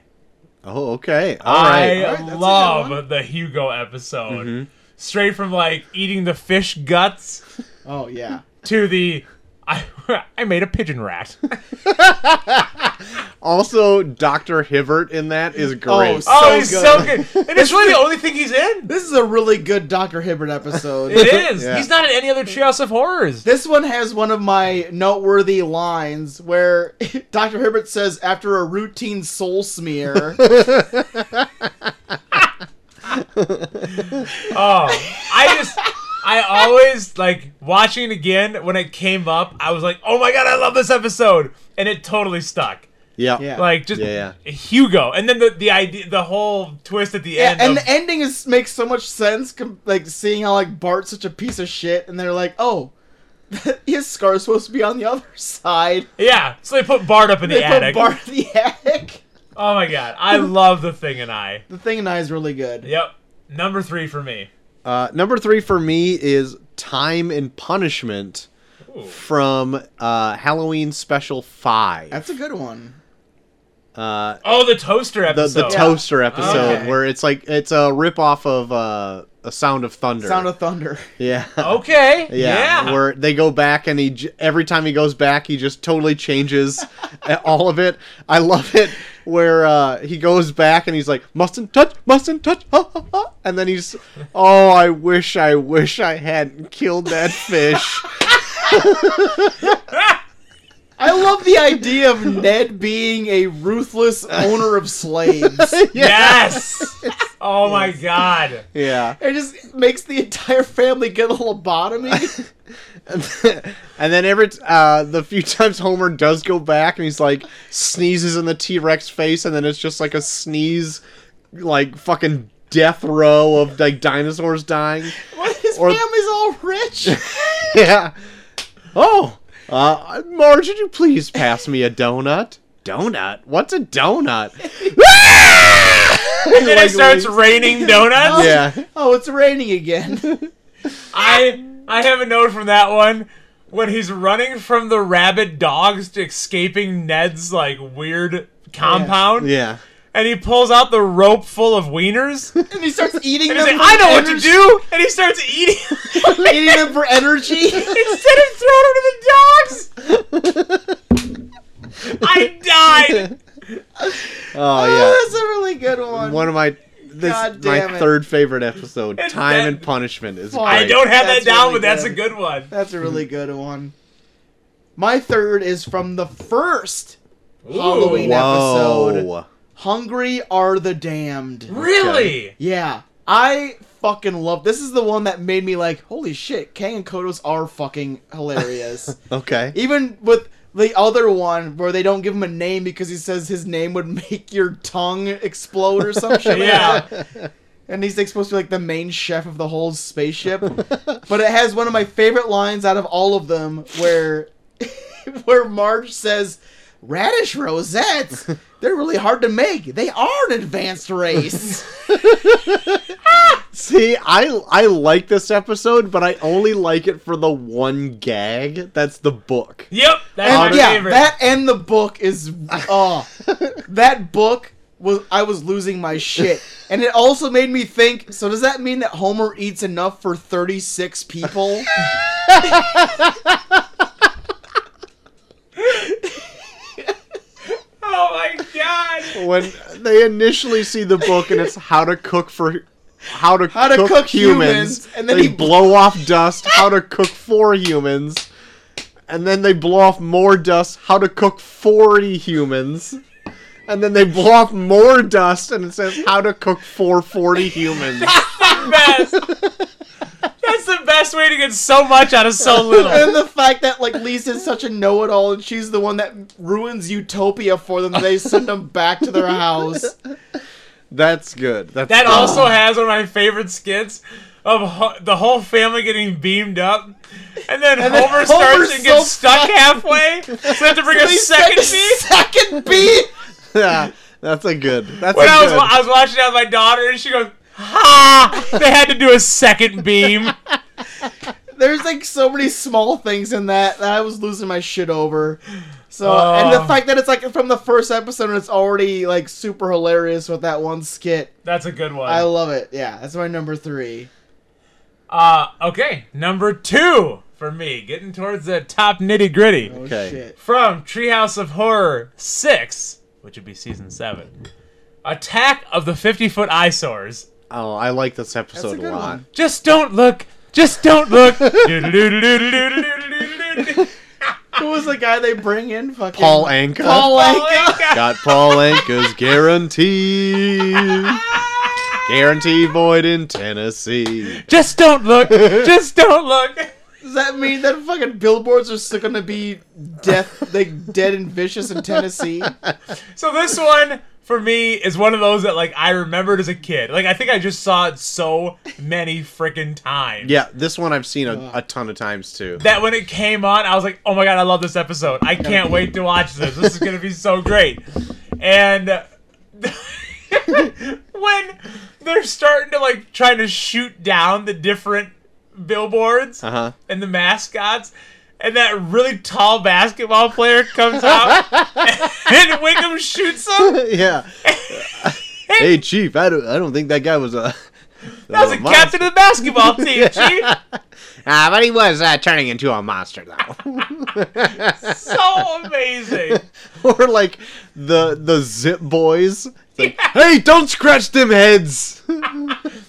Speaker 3: Oh, okay. All
Speaker 2: I
Speaker 3: right.
Speaker 1: All right,
Speaker 3: Mm-hmm.
Speaker 1: that's a good
Speaker 2: love
Speaker 1: one.
Speaker 2: the Hugo episode. Straight from like eating the fish guts
Speaker 1: Oh yeah.
Speaker 2: to the I, I made a pigeon rat.
Speaker 3: Also, Doctor Hibbert in that is great.
Speaker 1: so-
Speaker 2: oh, he's so
Speaker 1: good.
Speaker 2: good, and it's really the only thing he's in.
Speaker 1: This is a really good Dr. Hibbert episode.
Speaker 2: It is.
Speaker 3: Yeah.
Speaker 2: He's not in any other Treehouse of Horrors.
Speaker 1: This one has one of my noteworthy lines where Dr. Hibbert says after a routine soul smear,
Speaker 2: Oh, I just, I always like watching it again when it came up. I was like, oh my god, I love this episode, and it totally stuck.
Speaker 3: Yeah.
Speaker 1: Yeah.
Speaker 2: Like just
Speaker 3: Yeah,
Speaker 2: Hugo, and then the the idea, the whole twist at the
Speaker 1: Yeah,
Speaker 2: end.
Speaker 1: and
Speaker 2: of-
Speaker 1: the ending is makes so much sense. Com- like seeing how like Bart's such a piece of shit, and they're like, "Oh, his scar's supposed to be on the other side."
Speaker 2: yeah, so they put Bart up in the
Speaker 1: they
Speaker 2: attic.
Speaker 1: put Bart in the attic.
Speaker 2: oh my god, I love the thing and I.
Speaker 1: The thing and I is really good.
Speaker 2: Yep, number three for me.
Speaker 3: Uh, number three for me is Time and Punishment
Speaker 2: Ooh.
Speaker 3: from uh, Halloween Special Five.
Speaker 1: That's a good one.
Speaker 3: Uh,
Speaker 2: Oh, the toaster
Speaker 3: the
Speaker 2: episode.
Speaker 3: the toaster episode
Speaker 2: Okay.
Speaker 3: where it's like it's a rip off of uh, a Sound of Thunder.
Speaker 1: Sound of Thunder.
Speaker 3: yeah.
Speaker 2: Okay.
Speaker 3: Yeah,
Speaker 2: Yeah.
Speaker 3: where they go back and he j- every time he goes back, he just totally changes all of it. I love it where uh, he goes back and he's like, "Mustn't touch, mustn't touch," ha, ha, ha," and then he's, "Oh, I wish, I wish I hadn't killed that fish."
Speaker 1: I love the idea of Ned being a ruthless owner of slaves.
Speaker 2: Yes. oh my god.
Speaker 3: yeah,
Speaker 1: It just makes the entire family get a lobotomy.
Speaker 3: and then every t- uh, the few times Homer does go back and he's like sneezes in the T Rex face, and then it's just like a sneeze, like fucking death row of like dinosaurs dying.
Speaker 1: What, His
Speaker 3: Or-
Speaker 1: family's all rich.
Speaker 3: yeah. Oh, uh, Marge, would you please pass me a donut? Donut? What's a donut?
Speaker 2: And then it starts raining donuts.
Speaker 3: Yeah.
Speaker 1: Oh, it's raining again.
Speaker 2: I I have a note from that one when he's running from the rabid dogs to escaping Ned's like weird compound,
Speaker 3: Yeah.
Speaker 2: and he pulls out the rope full of wieners. And
Speaker 1: And he starts eating
Speaker 2: he's
Speaker 1: them.
Speaker 2: like,
Speaker 1: for
Speaker 2: I know what to
Speaker 1: energy-
Speaker 2: do, and he starts eating
Speaker 1: Eating them for energy.
Speaker 3: Oh,
Speaker 2: instead of throwing them to the dogs. I died.
Speaker 3: Oh
Speaker 1: That's a really good
Speaker 3: yeah.
Speaker 1: one.
Speaker 3: One of my this
Speaker 1: God
Speaker 3: my
Speaker 1: damn it.
Speaker 3: third favorite episode.
Speaker 2: And
Speaker 3: Time
Speaker 2: then-
Speaker 3: and punishment is.
Speaker 1: Fuck.
Speaker 2: I
Speaker 3: great.
Speaker 2: don't have
Speaker 1: That's
Speaker 2: that down,
Speaker 1: really
Speaker 2: but that's
Speaker 1: good.
Speaker 2: a good one.
Speaker 1: That's a
Speaker 3: Mhm.
Speaker 1: really good one. My third is from the first Halloween
Speaker 3: Whoa.
Speaker 1: episode. Hungry Are the Damned.
Speaker 2: Really?
Speaker 1: Yeah. I fucking love this is the one that made me like, holy shit, Kang and Kodos are fucking hilarious.
Speaker 3: Okay.
Speaker 1: Even with the other one where they don't give him a name because he says his name would make your tongue explode or some shit. like that.
Speaker 2: Yeah.
Speaker 1: and he's like supposed to be like the main chef of the whole spaceship. but it has one of my favorite lines out of all of them, where where Marge says, "Radish rosettes, they're really hard to make. They are an advanced race."
Speaker 3: See, I I like this episode, but I only like it for the one gag. That's the book.
Speaker 2: Yep. That's
Speaker 1: and
Speaker 2: my
Speaker 1: yeah,
Speaker 2: favorite.
Speaker 1: that and the book is oh, that book was I was losing my shit, and it also made me think. So does that mean that Homer eats enough for thirty six people?
Speaker 2: oh my god.
Speaker 3: when they initially see the book and it's how to cook for how to,
Speaker 1: How to
Speaker 3: cook,
Speaker 1: cook
Speaker 3: humans,
Speaker 1: humans, and then
Speaker 3: they
Speaker 1: he-
Speaker 3: blow off dust how to cook for humans and then they blow off more dust how to cook 40 humans and then they blow off more dust and it says how to cook for 40 humans
Speaker 2: best. That's the best way to get so much out of so little.
Speaker 1: and the fact that like Lisa's such a know-it-all and she's the one that ruins utopia for them. They send them back to their house.
Speaker 3: that's good that's
Speaker 2: That
Speaker 3: good.
Speaker 2: also has one of my favorite skits of ho- the whole family getting beamed up, and then Homer
Speaker 1: Homer's
Speaker 2: starts and gets
Speaker 1: so
Speaker 2: stuck halfway, so they have to bring a
Speaker 1: They
Speaker 2: second
Speaker 1: send
Speaker 2: beat.
Speaker 1: Second beat.
Speaker 3: yeah, that's a good that's
Speaker 2: When
Speaker 3: a
Speaker 2: I was,
Speaker 3: good
Speaker 2: wa- I was watching that with my daughter, and she goes, "Ha!" They had to do a second beam.
Speaker 1: There's like so many small things in that that I was losing my shit over. So and the
Speaker 2: Oh.
Speaker 1: fact that it's like from the first episode and it's already like super hilarious with that one skit.
Speaker 2: That's a good
Speaker 1: I
Speaker 2: one.
Speaker 1: love it. Yeah, that's my number three.
Speaker 2: Uh, okay, number two for me, getting towards the top nitty gritty.
Speaker 1: Oh
Speaker 3: Okay.
Speaker 1: shit.
Speaker 2: from Treehouse of Horror 6, which would be season 7. Attack of the 50 foot eyesores.
Speaker 3: oh i like this episode
Speaker 1: good
Speaker 3: a lot
Speaker 1: one.
Speaker 2: Just don't look. Just don't look. Doodle-doodle-doodle-doodle-doodle-doodle-doodle.
Speaker 1: Who was the guy they bring in? Fucking
Speaker 3: paul anka
Speaker 2: Oh
Speaker 1: Paul Anka.
Speaker 2: Like,
Speaker 3: Got Paul Anka's guarantee. Guarantee void in Tennessee.
Speaker 2: Just don't look. Just don't look.
Speaker 1: Is that mean that fucking billboards are still gonna be death, like dead and vicious in Tennessee?
Speaker 2: So this one for me is one of those that like I remembered as a kid. Like I think I just saw it so many freaking times.
Speaker 3: Yeah, this one I've seen a, a ton of times too.
Speaker 2: That when it came on, I was like, "Oh my god, I love this episode! I can't wait to watch this. This is gonna be so great." And uh, when they're starting to like trying to shoot down the different billboards
Speaker 3: Uh huh.
Speaker 2: and the mascots. And that really tall basketball player comes out, and Wickham shoots him.
Speaker 3: yeah. hey, chief. I don't. I don't think that guy was a.
Speaker 2: That was a captain of the basketball team, chief.
Speaker 3: Ah, but he was uh, turning into a monster though.
Speaker 2: So amazing.
Speaker 3: or like the the Zip Boys. It's like, hey, don't scratch them heads.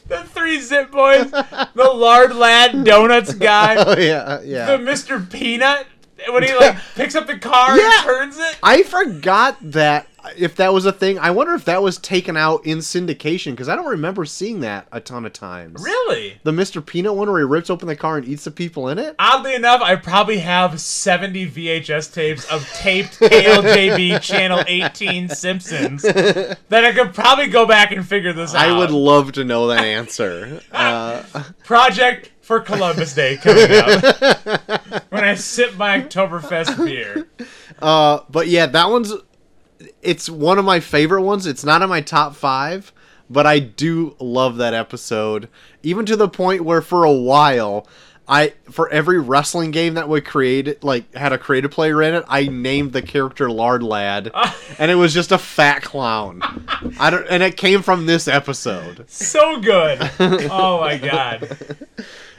Speaker 2: The three zip boys, the lard lad donuts guy,
Speaker 3: oh yeah,
Speaker 2: the
Speaker 3: yeah.
Speaker 2: Mr. Peanut when he like picks up the car
Speaker 3: Yeah.
Speaker 2: and turns it.
Speaker 3: I forgot that if that was a thing. I wonder if that was taken out in syndication because I don't remember seeing that a ton of times.
Speaker 2: Really?
Speaker 3: The Mr. Peanut one where he rips open the car and eats the people in it?
Speaker 2: Oddly enough, I probably have 70 VHS tapes of taped KLJB Channel 18 Simpsons that I could probably go back and figure this out.
Speaker 3: I would love to know that answer. Uh,
Speaker 2: Project for Columbus Day coming up when I sip my Oktoberfest beer.
Speaker 3: uh, but yeah, that one's it's one of my favorite ones. It's not in my top 5, but I do love that episode even to the point where for a while I for every wrestling game that would create like had a creative player in it, I named the character Lard Lad and it was just a fat clown. I don't and it came from this episode.
Speaker 2: So good. Oh my god.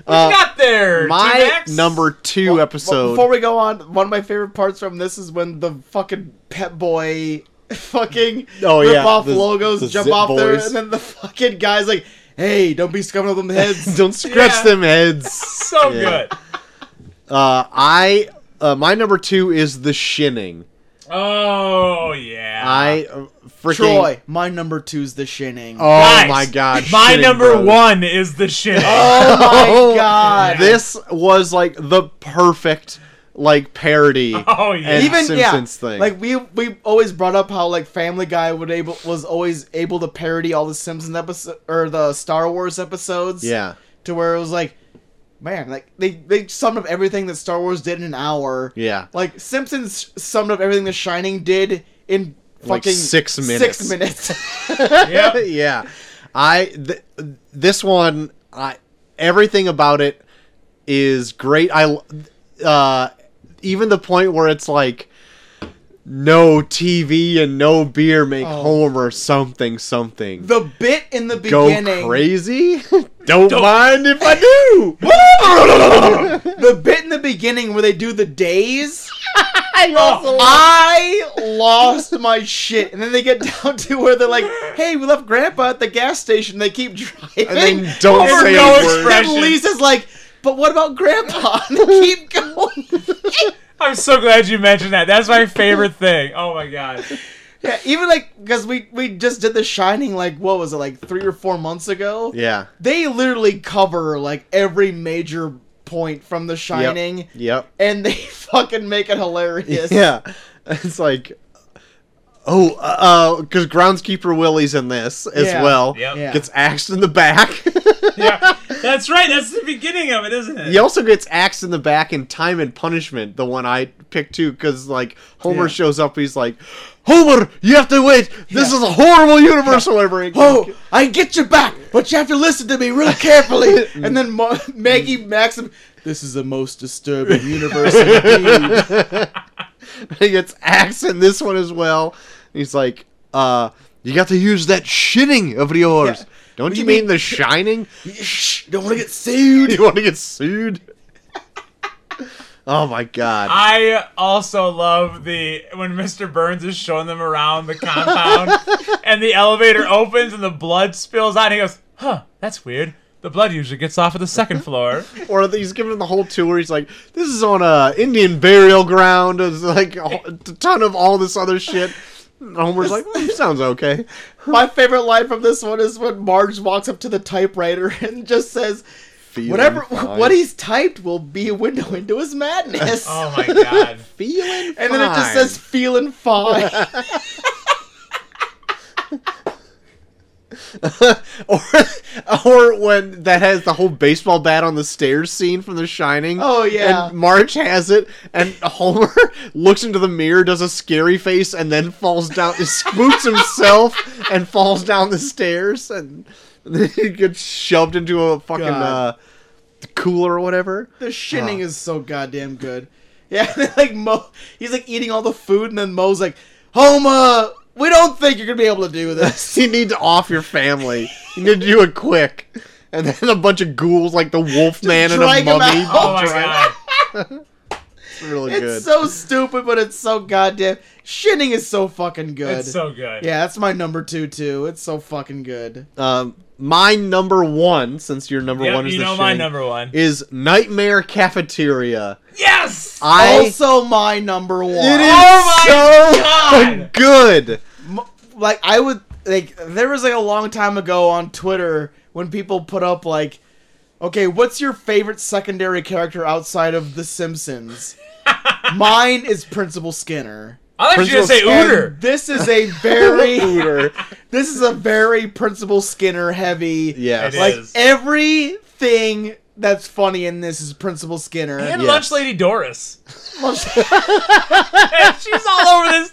Speaker 2: What you got there?
Speaker 3: Uh, My
Speaker 2: T-Max?
Speaker 3: number 2 episode.
Speaker 1: Before we go on, one of my favorite parts from this is when the fucking Pet Boy fucking
Speaker 3: Oh,
Speaker 1: rip
Speaker 3: yeah,
Speaker 1: off
Speaker 3: the-
Speaker 1: logos,
Speaker 3: the
Speaker 1: jump
Speaker 3: Zip
Speaker 1: off there,
Speaker 3: Boys.
Speaker 1: and then the fucking guy's like, "Hey, don't be scumming them heads."
Speaker 3: Don't scratch
Speaker 2: Yeah.
Speaker 3: them heads.
Speaker 2: So
Speaker 3: Yeah.
Speaker 2: good.
Speaker 3: Uh, I uh, my number two is the shinning.
Speaker 2: Oh yeah.
Speaker 3: I uh, freaking
Speaker 1: Troy, my number two's the shinning.
Speaker 3: Oh
Speaker 2: Guys,
Speaker 3: my god!
Speaker 2: My
Speaker 3: Shinning
Speaker 2: number
Speaker 3: Brothers.
Speaker 2: one is the shit.
Speaker 1: Oh
Speaker 3: Oh,
Speaker 1: my god!
Speaker 3: This was like the perfect like parody.
Speaker 2: Oh, yeah.
Speaker 3: and
Speaker 1: even
Speaker 3: Simpsons
Speaker 1: yeah,
Speaker 3: thing.
Speaker 1: like we we always brought up how like Family Guy would able was always able to parody all the Simpsons episode or the Star Wars episodes.
Speaker 3: yeah,
Speaker 1: to where it was like, man, like they they summed up everything that Star Wars did in an hour.
Speaker 3: yeah.
Speaker 1: Like Simpsons summed up everything The Shining did in fucking
Speaker 3: Like six minutes.
Speaker 1: Six minutes.
Speaker 2: Yep.
Speaker 3: yeah. I th- this one I everything about it is great. I l- uh even the point where it's like no TV and no beer make
Speaker 1: Oh.
Speaker 3: Homer something something.
Speaker 1: the bit in the
Speaker 3: Go
Speaker 1: beginning.
Speaker 3: crazy? Don't, mind if I do.
Speaker 1: The bit in the beginning where they do the days. Oh, I lost my shit, and then they get down to where they're like, "Hey, we left Grandpa at the gas station." They keep driving,
Speaker 3: and then don't
Speaker 2: Over
Speaker 3: say
Speaker 2: no
Speaker 3: a word.
Speaker 2: expression.
Speaker 1: And Lisa's like, "But what about Grandpa?" And they keep going.
Speaker 2: I'm so glad you mentioned that. That's my favorite thing. Oh my god.
Speaker 1: Yeah, even like because we we just did The Shining like what was it like three or four months ago?
Speaker 3: Yeah.
Speaker 1: They literally cover like every major point from The
Speaker 3: Yep.
Speaker 1: Shining,
Speaker 3: Yep.
Speaker 1: and they fucking make it hilarious.
Speaker 3: Yeah, it's like, oh, uh, because groundskeeper Willie's in this as
Speaker 1: Yeah.
Speaker 3: well.
Speaker 2: Yep.
Speaker 1: Yeah.
Speaker 3: Gets axed in the back.
Speaker 2: Yeah. That's right. That's the beginning of it, isn't it?
Speaker 3: he also gets axed in the back in Time and Punishment, the one I picked too, because like Homer
Speaker 1: Yeah.
Speaker 3: shows up, he's like, Homer, you have to wait. This
Speaker 1: Yeah.
Speaker 3: is a horrible universe, or whatever. And-
Speaker 1: Oh, I get you back, but you have to listen to me really carefully. and then Ma- Maggie Maxim, this is the most disturbing universe. indeed."
Speaker 3: he gets axed in this one as well. And he's like, uh, you got to use that shitting of yours.
Speaker 1: Yeah.
Speaker 3: Don't
Speaker 1: What
Speaker 3: you
Speaker 1: you
Speaker 3: mean,
Speaker 1: mean?
Speaker 3: the shining?
Speaker 1: Shh, don't want to get sued.
Speaker 3: you want to get sued? oh my god.
Speaker 2: I also love the when Mr. Burns is showing them around the compound and the elevator opens and the blood spills out and he goes, Huh, that's weird. The blood usually gets off at the second floor.
Speaker 3: or he's giving the whole tour. He's like, "This is on a Indian burial ground." It's like a whole- a ton of all this other shit. And Homer's like, "Hmm, "Sounds okay."
Speaker 1: My favorite line from this one is when Marge walks up to the typewriter and just says,
Speaker 3: feeling
Speaker 1: Whatever
Speaker 3: fine.
Speaker 1: what he's typed will be a window into his madness.
Speaker 2: Oh my god.
Speaker 3: feeling
Speaker 1: and then it just
Speaker 3: fine.
Speaker 1: says feeling fine.
Speaker 3: or or when that has the whole baseball bat on the stairs scene from The Shining.
Speaker 1: Oh, yeah.
Speaker 3: and March has it, and Homer looks into the mirror, does a scary face, and then falls down, spooks himself, and falls down the stairs, and then he gets shoved into a fucking uh,
Speaker 1: God.
Speaker 3: cooler or whatever.
Speaker 1: the shinning is so goddamn good. Yeah, and then, like Mo he's like eating all the food and then Mo's like, Homa, we don't think you're gonna be able to do this.
Speaker 3: You need to off your family. You need to do it quick. And then a bunch of ghouls like the wolf man and a
Speaker 1: drag him
Speaker 3: mummy.
Speaker 1: out.
Speaker 2: Oh my god.
Speaker 3: It's really
Speaker 1: it's
Speaker 3: good.
Speaker 1: so stupid, but it's so goddamn shinning is so fucking good.
Speaker 2: It's so good.
Speaker 1: yeah, that's my number two too. It's so fucking good.
Speaker 3: Um, my number one, since your number
Speaker 2: Yep,
Speaker 3: one is
Speaker 2: you
Speaker 3: the
Speaker 2: know my
Speaker 3: Shining,
Speaker 2: number Oh one.
Speaker 3: is Nightmare Cafeteria.
Speaker 2: Yes!
Speaker 3: I
Speaker 1: also my number one.
Speaker 3: it is
Speaker 2: Oh my
Speaker 3: so
Speaker 2: God!
Speaker 3: good.
Speaker 1: M- like I would like there was like a long time ago on Twitter when people put up like okay, what's your favorite secondary character outside of the Simpsons? Mine is Principal Skinner.
Speaker 2: I thought you were gonna
Speaker 3: Principal
Speaker 2: say
Speaker 3: Stan-
Speaker 2: Ooter.
Speaker 1: This is a very
Speaker 3: Hooter.
Speaker 1: this is a very Principal Skinner heavy.
Speaker 3: Yes.
Speaker 2: It
Speaker 1: Like
Speaker 2: is.
Speaker 1: everything that's funny in this is Principal Skinner.
Speaker 2: And
Speaker 3: Yes.
Speaker 2: Lunch Lady Doris.
Speaker 1: Like
Speaker 2: And she's all over this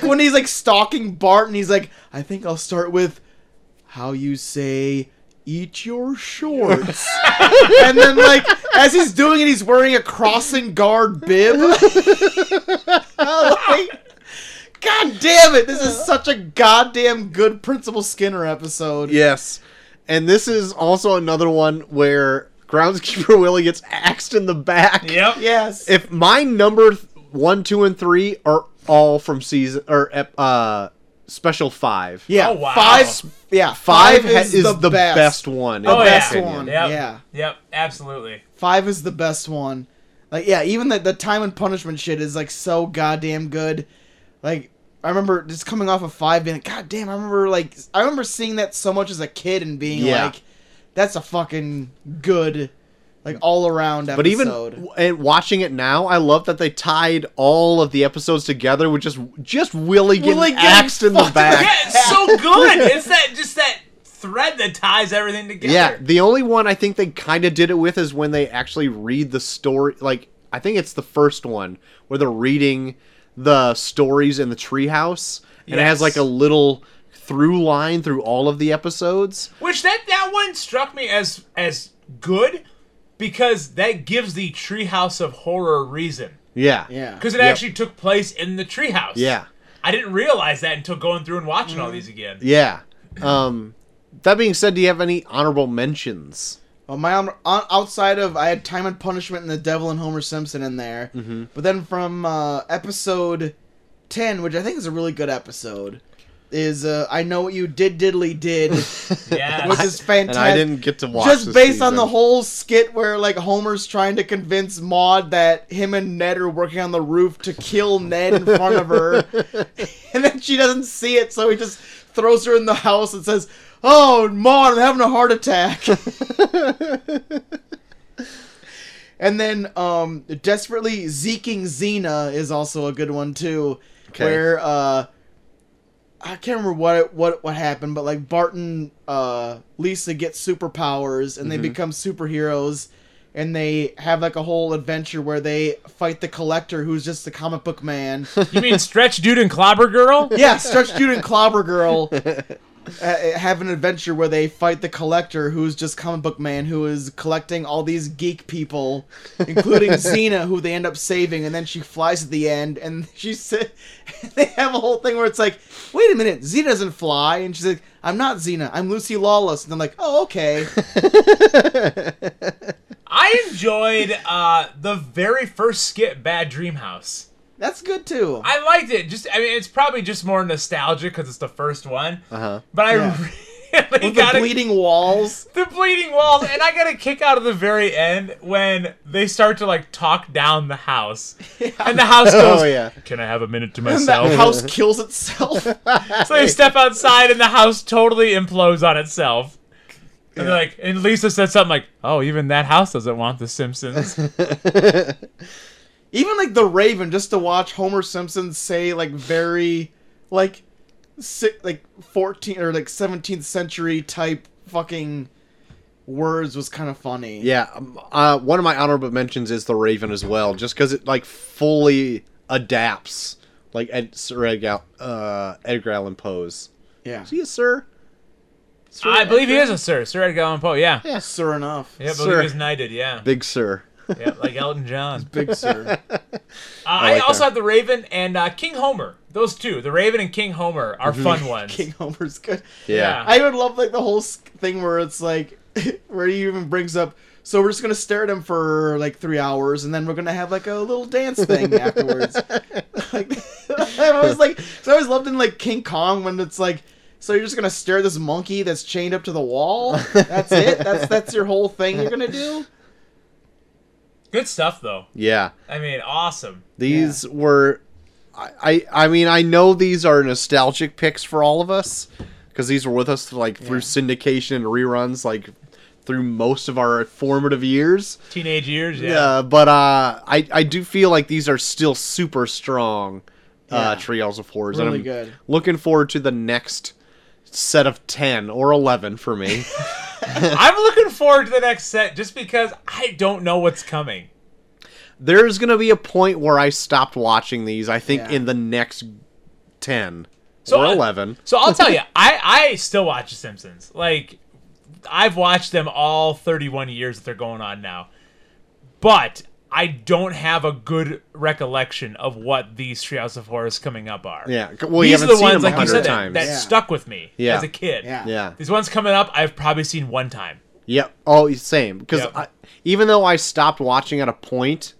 Speaker 2: too.
Speaker 1: when he's like stalking Bart and he's like, I think I'll start with how you say eat your shorts. and then like as he's doing it he's wearing a crossing guard bib. Like, God damn it! This is such a goddamn good Principal Skinner episode.
Speaker 3: Yes. And this is also another one where groundskeeper Willie gets axed in the back.
Speaker 2: Yep.
Speaker 1: Yes.
Speaker 3: If my number th- one, two, and three are all from season or ep- uh special five.
Speaker 1: yeah.
Speaker 2: Oh, wow.
Speaker 1: Five. Yeah.
Speaker 3: Five, ha- is, the, best. one. in
Speaker 1: The
Speaker 2: Oh,
Speaker 3: my
Speaker 2: yeah.
Speaker 1: best
Speaker 3: opinion.
Speaker 1: one.
Speaker 2: Yep.
Speaker 1: Yeah.
Speaker 2: Yep. Absolutely.
Speaker 1: Five is the best one. Like yeah, even the the time and punishment shit is like so goddamn good. Like I remember just coming off of five being like, God damn, I remember like I remember seeing that so much as a kid and being
Speaker 3: Yeah.
Speaker 1: like, That's a fucking good like all around
Speaker 3: But even
Speaker 1: episode.
Speaker 3: w- and watching it now, I love that they tied all of the episodes together with just just Willie getting
Speaker 1: Willie getting
Speaker 3: axed in the
Speaker 1: fucked in the
Speaker 3: back.
Speaker 2: Yeah, it's so good. It's that just that thread that ties everything together.
Speaker 3: Yeah, the only one I think they kind of did it with is when they actually read the story. Like I think it's the first one where they're reading the stories in the treehouse, and it
Speaker 2: Yes.
Speaker 3: has like a little through line through all of the episodes.
Speaker 2: Which that that one struck me as as good because that gives the Treehouse of Horror reason
Speaker 3: Yeah,
Speaker 1: yeah.
Speaker 2: because it
Speaker 3: Yep.
Speaker 2: actually took place in the treehouse.
Speaker 3: yeah. Mm-hmm.
Speaker 2: I didn't realize that until going through and watching all these again.
Speaker 3: Yeah. Um, that being said, do you have any honorable mentions?
Speaker 1: Well, my on, on, outside of I had Time and Punishment and the Devil and Homer Simpson in there,
Speaker 3: Mm-hmm.
Speaker 1: but then from uh, episode ten, which I think is a really good episode, is uh, I know what you did, diddly did, which
Speaker 2: Yeah.
Speaker 1: is fantastic.
Speaker 3: And I didn't get to watch
Speaker 1: Just
Speaker 3: this
Speaker 1: based on
Speaker 3: season.
Speaker 1: the whole skit where like Homer's trying to convince Maud that him and Ned are working on the roof to kill Ned in front of her, and then she doesn't see it, so he just throws her in the house and says, "Oh, Maud, I'm having a heart attack." And then um desperately zeking Xena is also a good one too.
Speaker 3: Okay.
Speaker 1: Where uh I can't remember what it, what what happened, but like Barton uh Lisa get superpowers and they become superheroes and they have like a whole adventure where they fight the collector who's just the comic book man.
Speaker 2: You mean Stretch Dude and Clobber Girl?
Speaker 1: yeah, Stretch Dude and Clobber Girl uh, have an adventure where they fight the collector, who's just comic book man, who is collecting all these geek people, including Xena, who they end up saving, and then she flies at the end, and she said they have a whole thing where it's like, wait a minute, Xena doesn't fly, and she's like, I'm not Xena, I'm Lucy Lawless, and I'm like, oh okay,
Speaker 2: I enjoyed uh, the very first skit, Bad Dream House.
Speaker 1: that's good too.
Speaker 2: I liked it. Just I mean, it's probably just more nostalgic because it's the first one.
Speaker 3: Uh-huh.
Speaker 2: But I
Speaker 1: Yeah.
Speaker 2: really
Speaker 1: With the
Speaker 2: got a-
Speaker 1: bleeding walls.
Speaker 2: the bleeding walls, and I got a kick out of the very end when they start to like talk down the house, and the house goes,
Speaker 3: Oh, yeah.
Speaker 2: "Can I have a minute to
Speaker 1: And that
Speaker 2: myself?"
Speaker 1: house kills itself.
Speaker 2: so they step outside, and the house totally implodes on itself. And they're like, and Lisa said something like, "Oh, even that house doesn't want the Simpsons."
Speaker 1: Even like the Raven, just to watch Homer Simpson say like very, like, si- like fourteen or like seventeenth century type fucking words was kind of funny.
Speaker 3: Yeah, um, uh, one of my honorable mentions is the Raven as well, just because it like fully adapts like Ed, Sir Edgar, uh, Edgar Allan Poe's.
Speaker 1: yeah.
Speaker 3: See you, sir. Sir
Speaker 2: I believe he
Speaker 3: Edgar-
Speaker 2: is a sir, Sir Edgar Allan Poe. Yeah, yeah,
Speaker 3: Yeah.
Speaker 1: Sir enough.
Speaker 2: I believe
Speaker 3: Sir.
Speaker 2: he was knighted. Yeah,
Speaker 3: Big Sir.
Speaker 2: yeah, like Elton John.
Speaker 1: Big Sir.
Speaker 2: Uh, I,
Speaker 3: like
Speaker 2: also
Speaker 3: that.
Speaker 2: have the Raven and uh, King Homer. Those two, the Raven and King Homer, are
Speaker 3: Mhm.
Speaker 2: fun ones.
Speaker 1: King Homer's good.
Speaker 3: Yeah.
Speaker 1: I would love like the whole s- thing where it's like where he even brings up. So we're just gonna stare at him for like three hours, and then we're gonna have like a little dance thing afterwards. like I always like, so I always loved in like King Kong when it's like, so you're just gonna stare at this monkey that's chained up to the wall. That's it. That's that's your whole thing you're gonna do.
Speaker 2: Good stuff, though.
Speaker 3: Yeah.
Speaker 2: I mean, awesome.
Speaker 3: These were, I, I, I mean, I know these are nostalgic picks for all of us, because these were with us like through syndication and reruns, like through most of our formative years.
Speaker 2: Teenage years, yeah.
Speaker 3: Yeah, but uh, I, I do feel like these are still super strong
Speaker 1: Yeah.
Speaker 3: uh, trios of horrors. and
Speaker 1: Really
Speaker 3: I'm
Speaker 1: good.
Speaker 3: Looking forward to the next set of ten or eleven for me.
Speaker 2: I'm looking forward to the next set just because I don't know what's coming.
Speaker 3: There's gonna be a point where I stopped watching these. I think
Speaker 1: Yeah.
Speaker 3: in the next ten
Speaker 2: So
Speaker 3: or
Speaker 2: I-
Speaker 3: eleven.
Speaker 2: So I'll tell you, I I still watch The Simpsons. Like I've watched them all 31 years that they're going on now, but I don't have a good recollection of what these Treehouse of Horrors coming up are.
Speaker 3: Yeah, c- well, you
Speaker 2: these
Speaker 3: haven't
Speaker 2: are the
Speaker 3: seen
Speaker 2: ones
Speaker 3: them a
Speaker 2: like you said
Speaker 3: hundred times.
Speaker 2: that, that
Speaker 1: Yeah.
Speaker 2: stuck with me
Speaker 3: Yeah.
Speaker 2: as a kid.
Speaker 1: Yeah.
Speaker 3: yeah,
Speaker 2: These ones coming up, I've probably seen one time.
Speaker 3: Yep. Oh, same. Because
Speaker 2: Yep.
Speaker 3: even though I stopped watching at a point,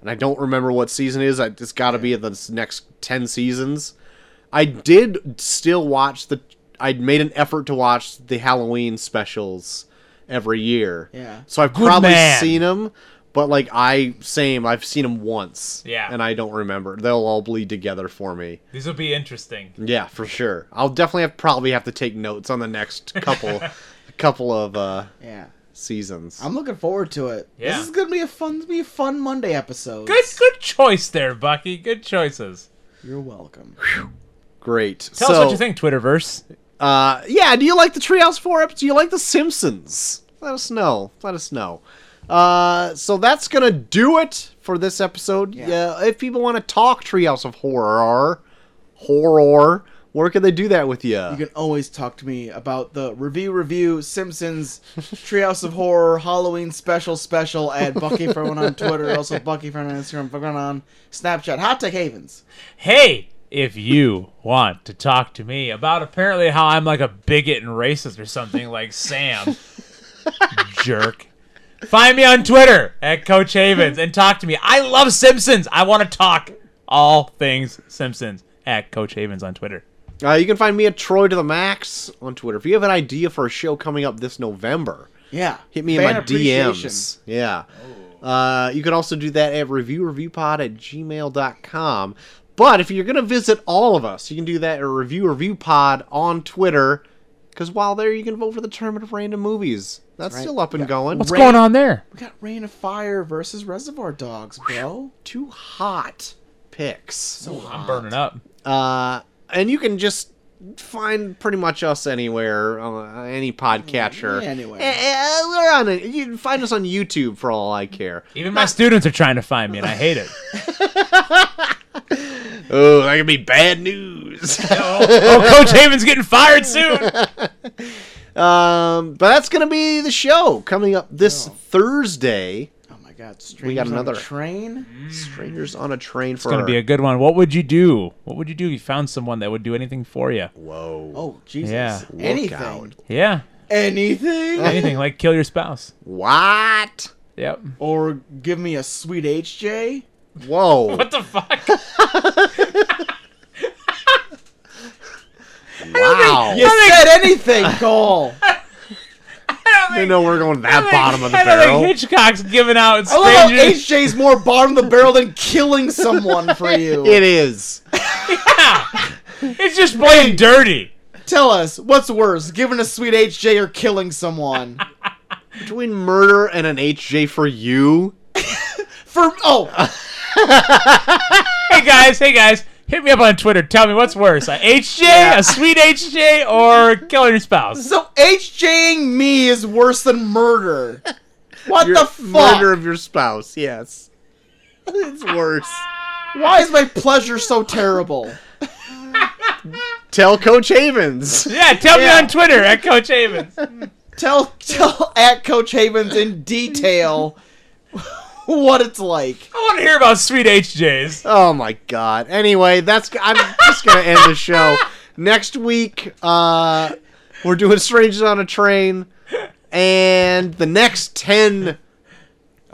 Speaker 3: and I don't remember what season it is, I, it's got to be in the s- next ten seasons. I did still watch the. I made an effort to watch the Halloween specials every year.
Speaker 1: Yeah.
Speaker 3: So I've probably
Speaker 2: man.
Speaker 3: seen them, but like I same, I've seen them once.
Speaker 2: Yeah.
Speaker 3: And I don't remember. They'll all bleed together for me.
Speaker 2: These will be interesting.
Speaker 3: Yeah, for sure. I'll definitely have probably have to take notes on the next couple, couple of uh,
Speaker 1: Yeah.
Speaker 3: seasons.
Speaker 1: I'm looking forward to it.
Speaker 2: Yeah.
Speaker 1: This is gonna be a fun, this be a fun Monday episode.
Speaker 2: Good good choice there, Bucky. Good choices.
Speaker 1: You're welcome.
Speaker 3: Great.
Speaker 2: Tell
Speaker 3: so,
Speaker 2: us what you think, Twitterverse.
Speaker 3: Uh, yeah, do you like the Treehouse 4 episode? Do you like The Simpsons? Let us know. Let us know. Uh, so that's going to do it for this episode. Yeah. if people want to talk Treehouse of Horror, horror, where can they do that with you?
Speaker 1: You can always talk to me about the review review Simpsons Treehouse of Horror Halloween special special at Bucky Furman on Twitter, also Bucky Furman on Instagram, Furman on Snapchat, Hot Tech Havens.
Speaker 2: hey, if you want to talk to me about apparently how I'm like a bigot and racist or something like Sam, jerk, find me on Twitter at Coach Havens and talk to me. I love Simpsons. I want to talk all things Simpsons at Coach Havens on Twitter.
Speaker 3: Uh, you can find me at Troy to the Max on Twitter. If you have an idea for a show coming up this November,
Speaker 1: Yeah.
Speaker 3: hit me
Speaker 1: Fan
Speaker 3: in my
Speaker 1: appreciation.
Speaker 3: DMs. Yeah. Uh, you can also do that at reviewreviewpod at gmail.com. But if you're going to visit all of us, you can do that at reviewreviewpod on Twitter. Because while there, you can vote for the tournament of random movies. That's
Speaker 1: right.
Speaker 3: still up and going.
Speaker 2: What's
Speaker 1: Ra-
Speaker 2: going on there?
Speaker 1: We got Rain of Fire versus Reservoir Dogs, bro.
Speaker 3: Two hot picks.
Speaker 2: I'm burning up.
Speaker 3: Uh, and you can just find pretty much us anywhere, uh, any podcatcher.
Speaker 1: Yeah, anywhere.
Speaker 3: Eh, eh, we're on it. You can find us on YouTube for all I care.
Speaker 2: Even my students are trying to find me, and I hate it.
Speaker 3: Oh, that could be bad news.
Speaker 2: oh, Coach Havens getting fired soon.
Speaker 3: Um, but that's gonna be the show coming up this Thursday.
Speaker 1: Oh my God! Strangers on a
Speaker 3: another-
Speaker 1: train.
Speaker 3: Hmm. Strangers on a train for
Speaker 2: It's gonna be a good one. What would you do? What would you do if you found someone that would do anything for you?
Speaker 3: whoa.
Speaker 1: Oh Jesus!
Speaker 2: Yeah.
Speaker 3: Look
Speaker 1: Anything.
Speaker 3: out.
Speaker 2: Yeah,
Speaker 1: Anything.
Speaker 2: anything like kill your spouse.
Speaker 3: What?
Speaker 2: Yep.
Speaker 1: or give me a sweet HJ.
Speaker 3: Whoa.
Speaker 2: What the fuck?
Speaker 3: wow.
Speaker 1: You said anything, Cole.
Speaker 3: I didn't know we're going that bottom of the
Speaker 2: I don't
Speaker 3: barrel.
Speaker 2: think Hitchcock's giving out
Speaker 1: I love how
Speaker 2: strangers.
Speaker 1: HJ's more bottom of the barrel than killing someone for you.
Speaker 3: It is.
Speaker 2: Yeah. It's just playing dirty.
Speaker 1: Tell us, what's worse, giving a sweet HJ or killing someone?
Speaker 3: Between murder and an HJ for you.
Speaker 1: For oh,
Speaker 2: hey guys, hey guys, hit me up on Twitter. Tell me what's worse, a HJ, a sweet HJ, or killing your spouse.
Speaker 1: so HJing me is worse than murder. What
Speaker 3: Your
Speaker 1: the fuck?
Speaker 3: Murder of your spouse, yes. It's worse.
Speaker 1: Why is my pleasure so terrible?
Speaker 3: Tell Coach Havens.
Speaker 2: Yeah, tell
Speaker 1: Yeah.
Speaker 2: me on Twitter at Coach Havens.
Speaker 1: Tell tell at Coach Havens in detail what it's like.
Speaker 2: I want to hear about sweet HJs.
Speaker 3: Oh my god. Anyway, that's I'm just gonna end the show. Next week, uh, we're doing Strangers on a Train, and the next ten.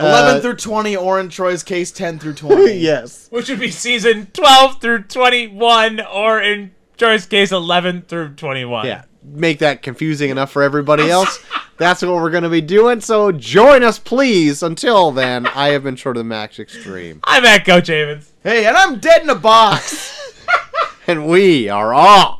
Speaker 3: uh,
Speaker 1: Eleven through twenty, Orin Troy's case ten through twenty.
Speaker 3: yes.
Speaker 2: Which would be season 12 through 21, or in Joy's case, 11 through 21.
Speaker 3: Yeah. Make that confusing enough for everybody else. That's what we're gonna be doing. So join us, please. Until then, I have been short of the Max Extreme,
Speaker 2: I'm at Coach Havens.
Speaker 1: Hey, and I'm dead in a box.
Speaker 3: and we are off.